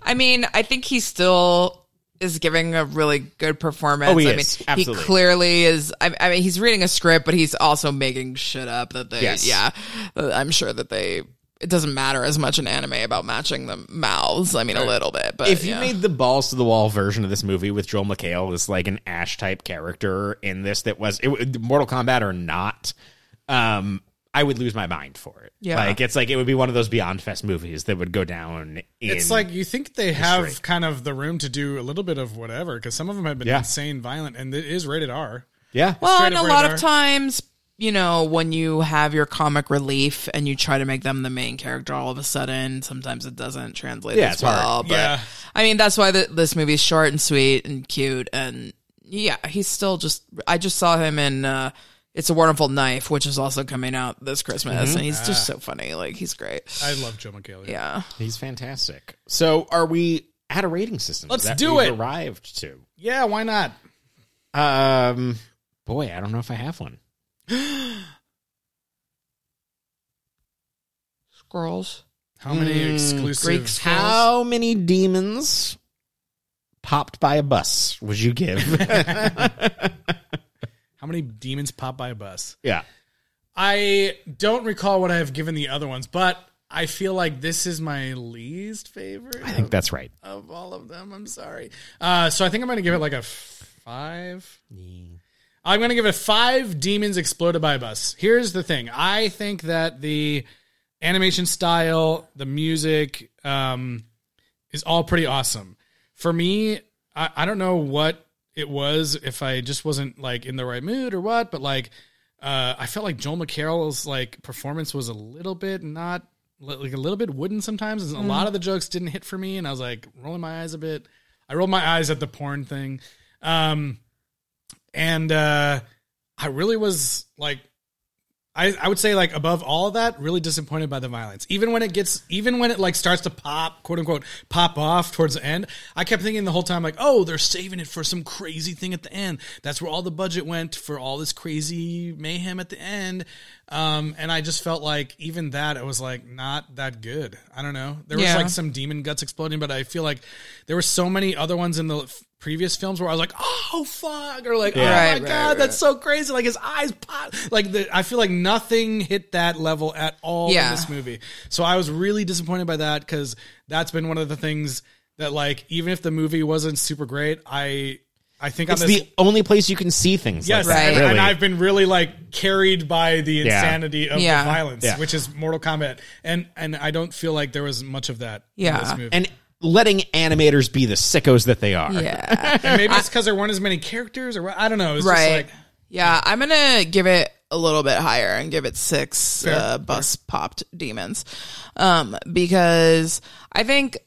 Speaker 2: I mean, I think he still is giving a really good performance.
Speaker 3: Oh, he
Speaker 2: I
Speaker 3: is.
Speaker 2: mean,
Speaker 3: Absolutely.
Speaker 2: he clearly is. I, I mean, he's reading a script, but he's also making shit up that they,
Speaker 3: Yes.
Speaker 2: yeah. Uh, I'm sure that they, it doesn't matter as much in anime about matching the mouths. I mean, a little bit, but
Speaker 3: If you
Speaker 2: yeah.
Speaker 3: made the balls to the wall version of this movie with Joel McHale as like an Ash type character in this, that was it, Mortal Kombat or not, um, I would lose my mind for it.
Speaker 2: Yeah.
Speaker 3: like it's like it would be one of those Beyond Fest movies that would go down. In,
Speaker 1: It's like you think they have kind of the room to do a little bit of whatever because some of them have been
Speaker 3: Yeah.
Speaker 1: insane violent and it is rated R.
Speaker 3: yeah,
Speaker 2: Well,
Speaker 1: straight
Speaker 2: and
Speaker 1: up
Speaker 2: a lot
Speaker 1: radar.
Speaker 2: of times, you know, when you have your comic relief and you try to make them the main character all of a sudden, sometimes it doesn't translate
Speaker 3: Yeah, it's
Speaker 2: as
Speaker 3: hard.
Speaker 2: well. But
Speaker 1: Yeah.
Speaker 2: I mean, that's why the, this movie's short and sweet and cute. And yeah, he's still just. I just saw him in. Uh, it's a wonderful knife, which is also coming out this Christmas, and he's just so funny. Like he's great.
Speaker 1: I love Joe McHale.
Speaker 2: yeah.
Speaker 3: He's fantastic. So are we at a rating system?
Speaker 1: Let's
Speaker 3: that
Speaker 1: do
Speaker 3: we've
Speaker 1: it.
Speaker 3: Arrived to.
Speaker 1: Yeah, why not?
Speaker 3: Um, boy, I don't know if I have one.
Speaker 2: Squirrels.
Speaker 1: How many
Speaker 3: Hmm.
Speaker 1: exclusive
Speaker 2: Greek squirrels.
Speaker 3: How many demons popped by a bus would you give?
Speaker 1: How many demons pop by a bus?
Speaker 3: yeah,
Speaker 1: I don't recall what I have given the other ones, but I feel like this is my least favorite
Speaker 3: I think that's right.
Speaker 1: of all of them. I'm sorry. Uh, so I think I'm going to give it like a f- five. I'm going to give it five demons exploded by a bus. Here's the thing I think that the animation style, the music, um, is all pretty awesome. For me, I, I don't know what it was, if I just wasn't like in the right mood or what, but like, uh, I felt like Joel McCarroll's like performance was a little bit not like a little bit wooden sometimes. And A lot of the jokes didn't hit for me, and I was like rolling my eyes a bit. I rolled my eyes at the porn thing. Um, and uh, I really was like, I I would say like above all of that, really disappointed by the violence. Even when it gets, even when it like starts to pop, quote unquote, pop off towards the end, I kept thinking the whole time like, oh, they're saving it for some crazy thing at the end. That's where all the budget went for all this crazy mayhem at the end. Um, and I just felt like even that it was like not that good. I don't know. There was
Speaker 2: Yeah.
Speaker 1: like some demon guts exploding, but I feel like there were so many other ones in the f- previous films where I was like, oh fuck, or like, oh my
Speaker 2: Right, right,
Speaker 1: god, that's so crazy. Like his eyes pop. Like the, I feel like nothing hit that level at all
Speaker 2: Yeah.
Speaker 1: in this movie. So I was really disappointed by that because that's been one of the things that like even if the movie wasn't super great, I I think
Speaker 3: It's
Speaker 1: on this
Speaker 3: the only place you can see things.
Speaker 1: Yes,
Speaker 3: like that,
Speaker 1: and,
Speaker 2: Right.
Speaker 1: and
Speaker 3: really.
Speaker 1: I've been really like carried by the
Speaker 3: Yeah.
Speaker 1: insanity of
Speaker 2: Yeah.
Speaker 1: the violence,
Speaker 3: Yeah.
Speaker 1: which is Mortal Kombat, and and I don't feel like there was much of that.
Speaker 2: Yeah.
Speaker 1: in this movie. and,
Speaker 3: and letting animators be the sickos that they are.
Speaker 2: Yeah.
Speaker 1: maybe it's because there weren't as many characters, or what- I don't know. It's
Speaker 2: right.
Speaker 1: just like
Speaker 2: yeah, I'm gonna give it a little bit higher and give it six uh, bus popped demons, um, because I think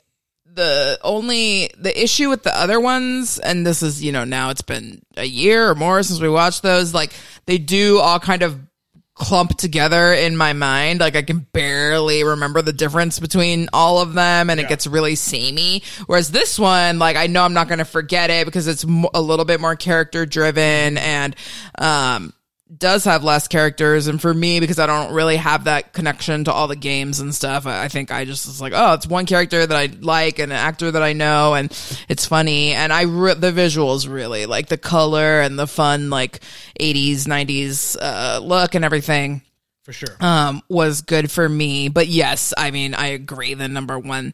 Speaker 2: the only the issue with the other ones, and this is you know now it's been a year or more since we watched those, like they do all kind of clump together in my mind like i can barely remember the difference between all of them and it gets really samey whereas this one like i know i'm not going to forget it because it's mo- a little bit more character driven and um does have less characters and for me because i don't really have that connection to all the games and stuff i, I think i just was like oh it's one character that i like and an actor that i know and it's funny and i re- the visuals really like the color and the fun like 80s 90s uh look and everything
Speaker 1: for sure.
Speaker 2: um, was good for me. But yes, I mean, I agree. The number one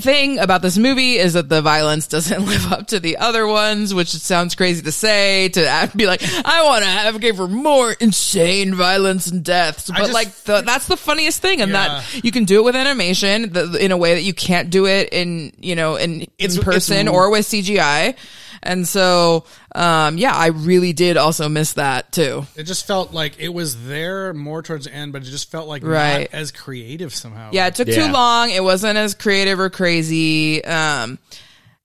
Speaker 2: thing about this movie is that the violence doesn't live up to the other ones, which it sounds crazy to say. To a- be like, I want to advocate for more insane violence and deaths, but
Speaker 1: just-
Speaker 2: like the, that's the funniest thing, and
Speaker 1: Yeah.
Speaker 2: that you can do it with animation the, in a way that you can't do it in you know in
Speaker 3: It's-
Speaker 2: in
Speaker 3: it's-
Speaker 2: person or with CGI. And so, um, yeah, I really did also miss that too.
Speaker 1: it just felt like it was there more towards the end, but it just felt like
Speaker 2: Right.
Speaker 1: not as creative somehow.
Speaker 2: Yeah, it took
Speaker 3: Yeah.
Speaker 2: too long. It wasn't as creative or crazy. Um,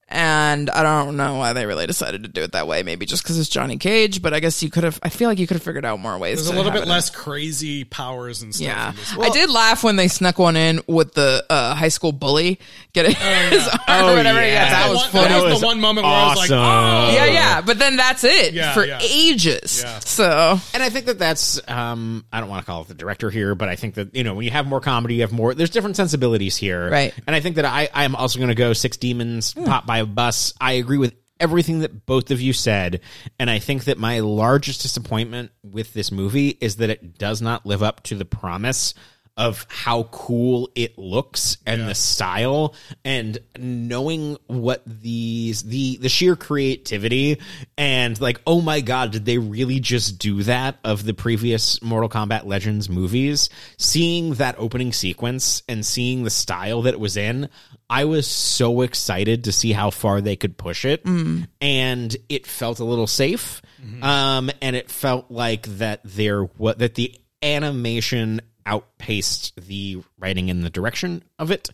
Speaker 2: and I don't know why they really decided to do it that way. Maybe just because it's Johnny Cage, but I guess you could have. I feel like you could have figured out more ways.
Speaker 1: there's
Speaker 2: to
Speaker 1: a little
Speaker 2: have
Speaker 1: bit
Speaker 2: it.
Speaker 1: less crazy powers and stuff.
Speaker 2: Yeah,
Speaker 1: in this.
Speaker 2: I did laugh when they snuck one in with the uh, high school bully getting his arm
Speaker 3: Oh,
Speaker 2: or whatever.
Speaker 3: yeah.
Speaker 2: Yeah,
Speaker 1: That
Speaker 2: that was
Speaker 1: one-
Speaker 2: funny.
Speaker 1: that was the one moment where I was like, oh.
Speaker 2: yeah, yeah, but then that's it
Speaker 1: Yeah,
Speaker 2: for
Speaker 1: yeah.
Speaker 2: ages.
Speaker 1: Yeah.
Speaker 2: So
Speaker 3: And I think that that's um, I don't want to call it the director here, but I think that you know when you have more comedy, you have more. There's different sensibilities here,
Speaker 2: Right.
Speaker 3: And I think that I I am also going to go six demons pop by a bus. I agree with everything that both of you said, and I think that my largest disappointment with this movie is that it does not live up to the promise of how cool it looks and the style and knowing what these the the sheer creativity and like oh my god did they really just do that of the previous Mortal Kombat Legends movies seeing that opening sequence and seeing the style that it was in I was so excited to see how far they could push it and it felt a little safe um and it felt like that there what that the animation outpaced the writing and the direction of it.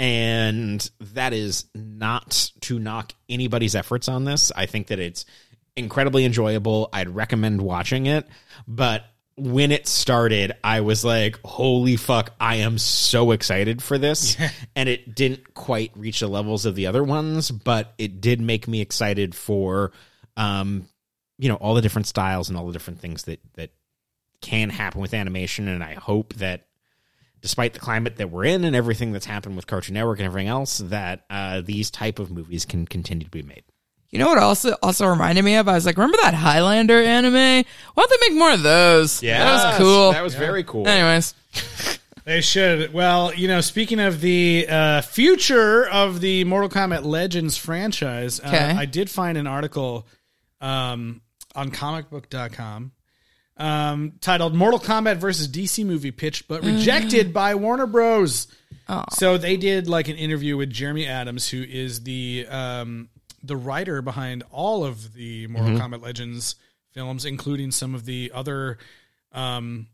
Speaker 3: And that is not to knock anybody's efforts on this. I think that it's incredibly enjoyable. I'd recommend watching it. But when it started, I was like, holy fuck, I am so excited for this. And it didn't quite reach the levels of the other ones, but it did make me excited for um you know all the different styles and all the different things that that can happen with animation and i hope that despite the climate that we're in and everything that's happened with cartoon network and everything else that uh, these type of movies can continue to be made
Speaker 2: You know what also also reminded me of? I was like, remember that Highlander anime? Why don't they make more of those? that was cool.
Speaker 3: was very cool
Speaker 2: Anyways,
Speaker 1: They should. Well, you know, speaking of the uh, future of the Mortal Kombat Legends franchise, uh,
Speaker 2: Okay.
Speaker 1: I did find an article um, on comicbook.com um, titled Mortal Kombat versus DC movie pitched but
Speaker 2: Mm.
Speaker 1: rejected by Warner Bros. So they did like an interview with Jeremy Adams, who is the um, the writer behind all of the
Speaker 3: Mm-hmm.
Speaker 1: Mortal Kombat Legends films, including some of the other um,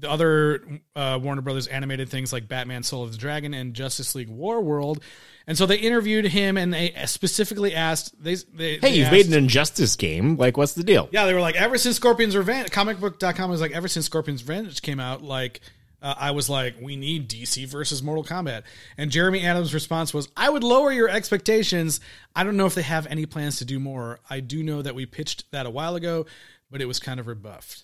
Speaker 1: the other uh, Warner Brothers animated things like Batman: Soul of the Dragon and Justice League War World, and so they interviewed him and they specifically asked, "They, they
Speaker 3: Hey,
Speaker 1: they
Speaker 3: you've
Speaker 1: asked-
Speaker 3: made an injustice game. Like, what's the deal?
Speaker 1: yeah, they were like, ever since Scorpion's Revenge, comicbook.com was like, ever since Scorpion's Revenge came out, like, uh, I was like, we need DC versus Mortal Kombat. And Jeremy Adams' response was, I would lower your expectations. I don't know if they have any plans to do more. I do know that we pitched that a while ago, but it was kind of rebuffed.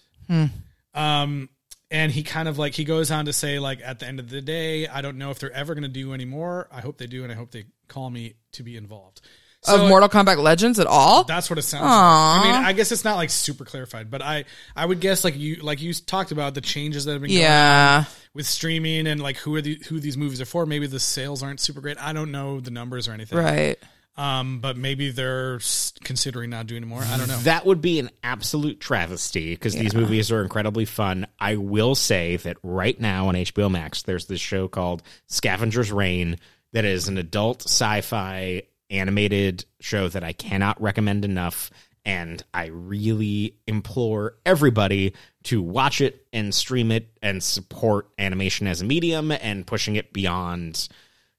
Speaker 1: Um, and he kind of like, he goes on to say, like, at the end of the day, I don't know if they're ever going to do any more. I hope they do, and I hope they call me to be involved.
Speaker 2: of Mortal Kombat Legends at all?
Speaker 1: That's what it sounds like. I mean, I guess it's not like super clarified, but I I would guess like you like you talked about the changes that have been going
Speaker 2: yeah.
Speaker 1: with streaming and like who are the who these movies are for. Maybe the sales aren't super great. I don't know the numbers or anything.
Speaker 2: Right.
Speaker 1: Um, but maybe they're s- considering not doing it more. I don't know.
Speaker 3: That would be an absolute travesty because these movies are incredibly fun. I will say that right now on HBO Max, there's this show called Scavenger's Reign that is an adult sci fi animated show that I cannot recommend enough. And I really implore everybody to watch it and stream it and support animation as a medium and pushing it beyond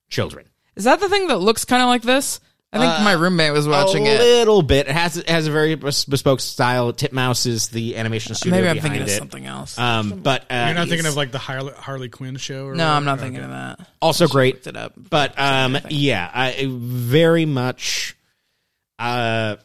Speaker 3: children.
Speaker 2: Is that the thing that looks kind of like this? I think my roommate was watching
Speaker 3: Uh, a
Speaker 2: it.
Speaker 3: little bit. It has it has a very bes- bespoke style. Titmouse is the animation
Speaker 1: Uh,
Speaker 3: studio.
Speaker 2: Maybe I'm
Speaker 3: behind
Speaker 2: thinking of
Speaker 3: it.
Speaker 2: something else.
Speaker 3: Um, but uh,
Speaker 1: You're not thinking
Speaker 3: it's
Speaker 1: of like the Harley, Harley Quinn show. Or
Speaker 2: no, I'm not
Speaker 1: whatever?
Speaker 2: thinking of that.
Speaker 3: also great.
Speaker 2: it up.
Speaker 3: But um, yeah, I very much uh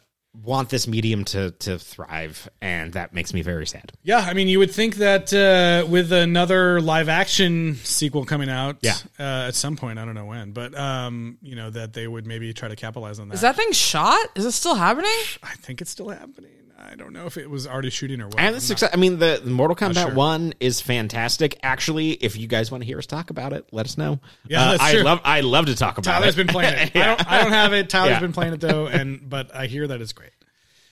Speaker 3: want this medium to to thrive, and that makes me very sad.
Speaker 1: Yeah, I mean, you would think that uh, with another live action sequel coming out,
Speaker 3: Yeah.
Speaker 1: uh, at some point, I don't know when, but um, you know that they would maybe try to capitalize on that.
Speaker 2: Is that thing shot? Is it still happening?
Speaker 1: I think it's still happening. I don't know if it was already shooting or what.
Speaker 3: And the success. I mean, the, the Mortal Kombat
Speaker 1: sure.
Speaker 3: one is fantastic. Actually, if you guys want to hear us talk about it, let us know. Uh,
Speaker 1: Yeah, that's
Speaker 3: I
Speaker 1: true.
Speaker 3: love I love to talk about
Speaker 1: Tyler's
Speaker 3: it.
Speaker 1: been playing it. I, don't, I don't have it. Tyler's
Speaker 3: Yeah.
Speaker 1: been playing it though, and but I hear that it's great.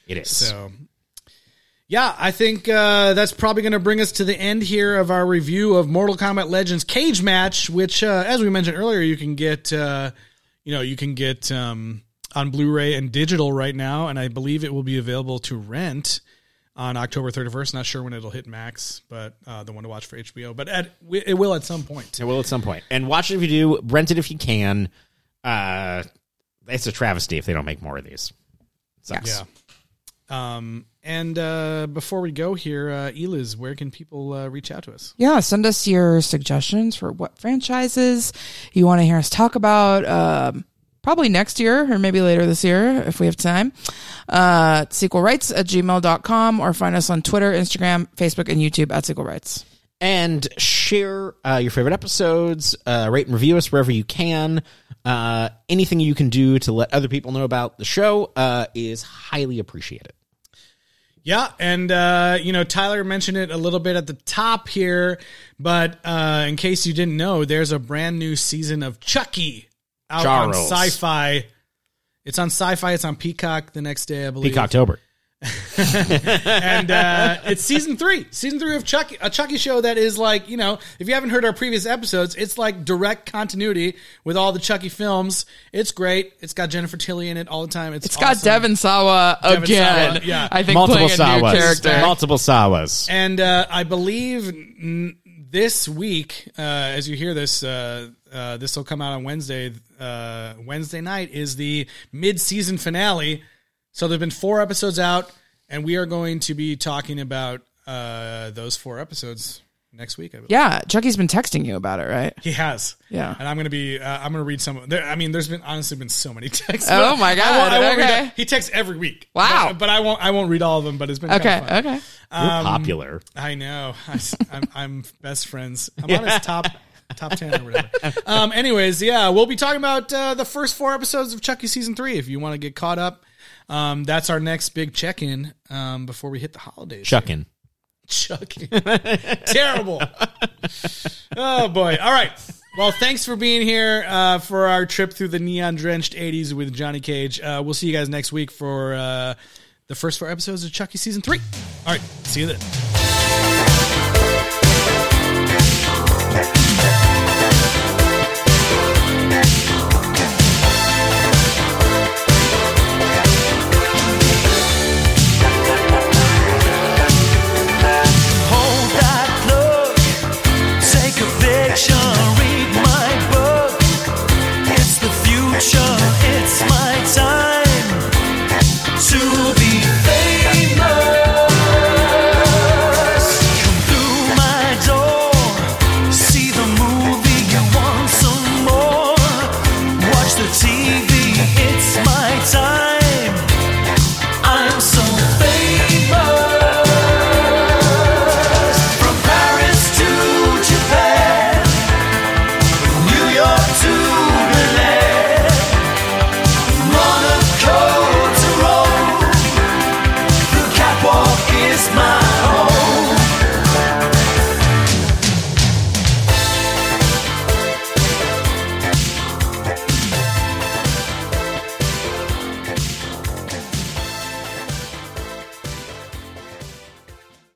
Speaker 3: it is.
Speaker 1: So, yeah, I think uh, that's probably going to bring us to the end here of our review of Mortal Kombat Legends Cage Match, which, uh, as we mentioned earlier, you can get, uh, you know, you can get um, on Blu-ray and digital right now, and I believe it will be available to rent on October 31st. Not sure when it'll hit Max, but uh, the one to watch for HBO. But at, it will at some point.
Speaker 3: It will at some point. And watch it if you do. Rent it if you can. Uh, it's a travesty if they don't make more of these. Sucks.
Speaker 1: Yeah. Um, and uh, before we go here, uh, Eliz, where can people uh, reach out to us?
Speaker 2: Yeah, send us your suggestions for what franchises you want to hear us talk about. Um, probably next year or maybe later this year if we have time. Uh, sequelrights at gmail.com or find us on Twitter, Instagram, Facebook, and YouTube at sequelrights.
Speaker 3: And share uh, your favorite episodes. Uh, rate and review us wherever you can. Uh, anything you can do to let other people know about the show uh, is highly appreciated.
Speaker 1: Yeah, and uh, you know Tyler mentioned it a little bit at the top here, but uh, in case you didn't know, there's a brand new season of Chucky out on
Speaker 3: Charles.
Speaker 1: Sci-Fi. It's on Sci-Fi. It's on Peacock the next day, I believe.
Speaker 3: Peak October.
Speaker 1: and uh, it's season three, season three of Chucky, a Chucky show that is like you know, if you haven't heard our previous episodes, it's like direct continuity with all the Chucky films. It's great. It's got Jennifer Tilly in it all the time. It's
Speaker 2: It's got
Speaker 1: awesome.
Speaker 2: Devin Sawa
Speaker 1: Devin
Speaker 2: again.
Speaker 1: Sawa, yeah.
Speaker 2: I think
Speaker 3: Multiple
Speaker 2: playing a
Speaker 3: Sawas.
Speaker 2: new character.
Speaker 3: Multiple Sawas.
Speaker 1: And uh, I believe n- this week, uh, as you hear this, uh, uh, this will come out on Wednesday. Uh, Wednesday night is the mid-season finale. So there've been four episodes out, and we are going to be talking about uh, those four episodes next week. I believe.
Speaker 2: yeah, Chucky's been texting you about it, right?
Speaker 1: He has,
Speaker 2: Yeah.
Speaker 1: and I'm gonna be. Uh, I'm gonna read some. There, I mean, there's been honestly been so many texts.
Speaker 2: Oh my God,
Speaker 1: I won't, I won't read
Speaker 2: okay.
Speaker 1: all- he texts every week.
Speaker 2: Wow.
Speaker 1: but, but I won't. I won't read all of them. But it's been kinda
Speaker 2: Okay,
Speaker 1: fun.
Speaker 2: okay.
Speaker 3: You're popular.
Speaker 1: I know. I, am I'm best friends. I'm on his top top ten or whatever. Um, anyways, yeah, we'll be talking about uh, the first four episodes of Chucky season three. If you want to get caught up, um, that's our next big check in um, before we hit the holidays.
Speaker 3: Chuckin.
Speaker 1: Chucky, terrible. Oh boy. All right. Well, thanks for being here uh, for our trip through the neon drenched '80s with Johnny Cage. Uh, we'll see you guys next week for uh, the first four episodes of Chucky season three. All right. See you then.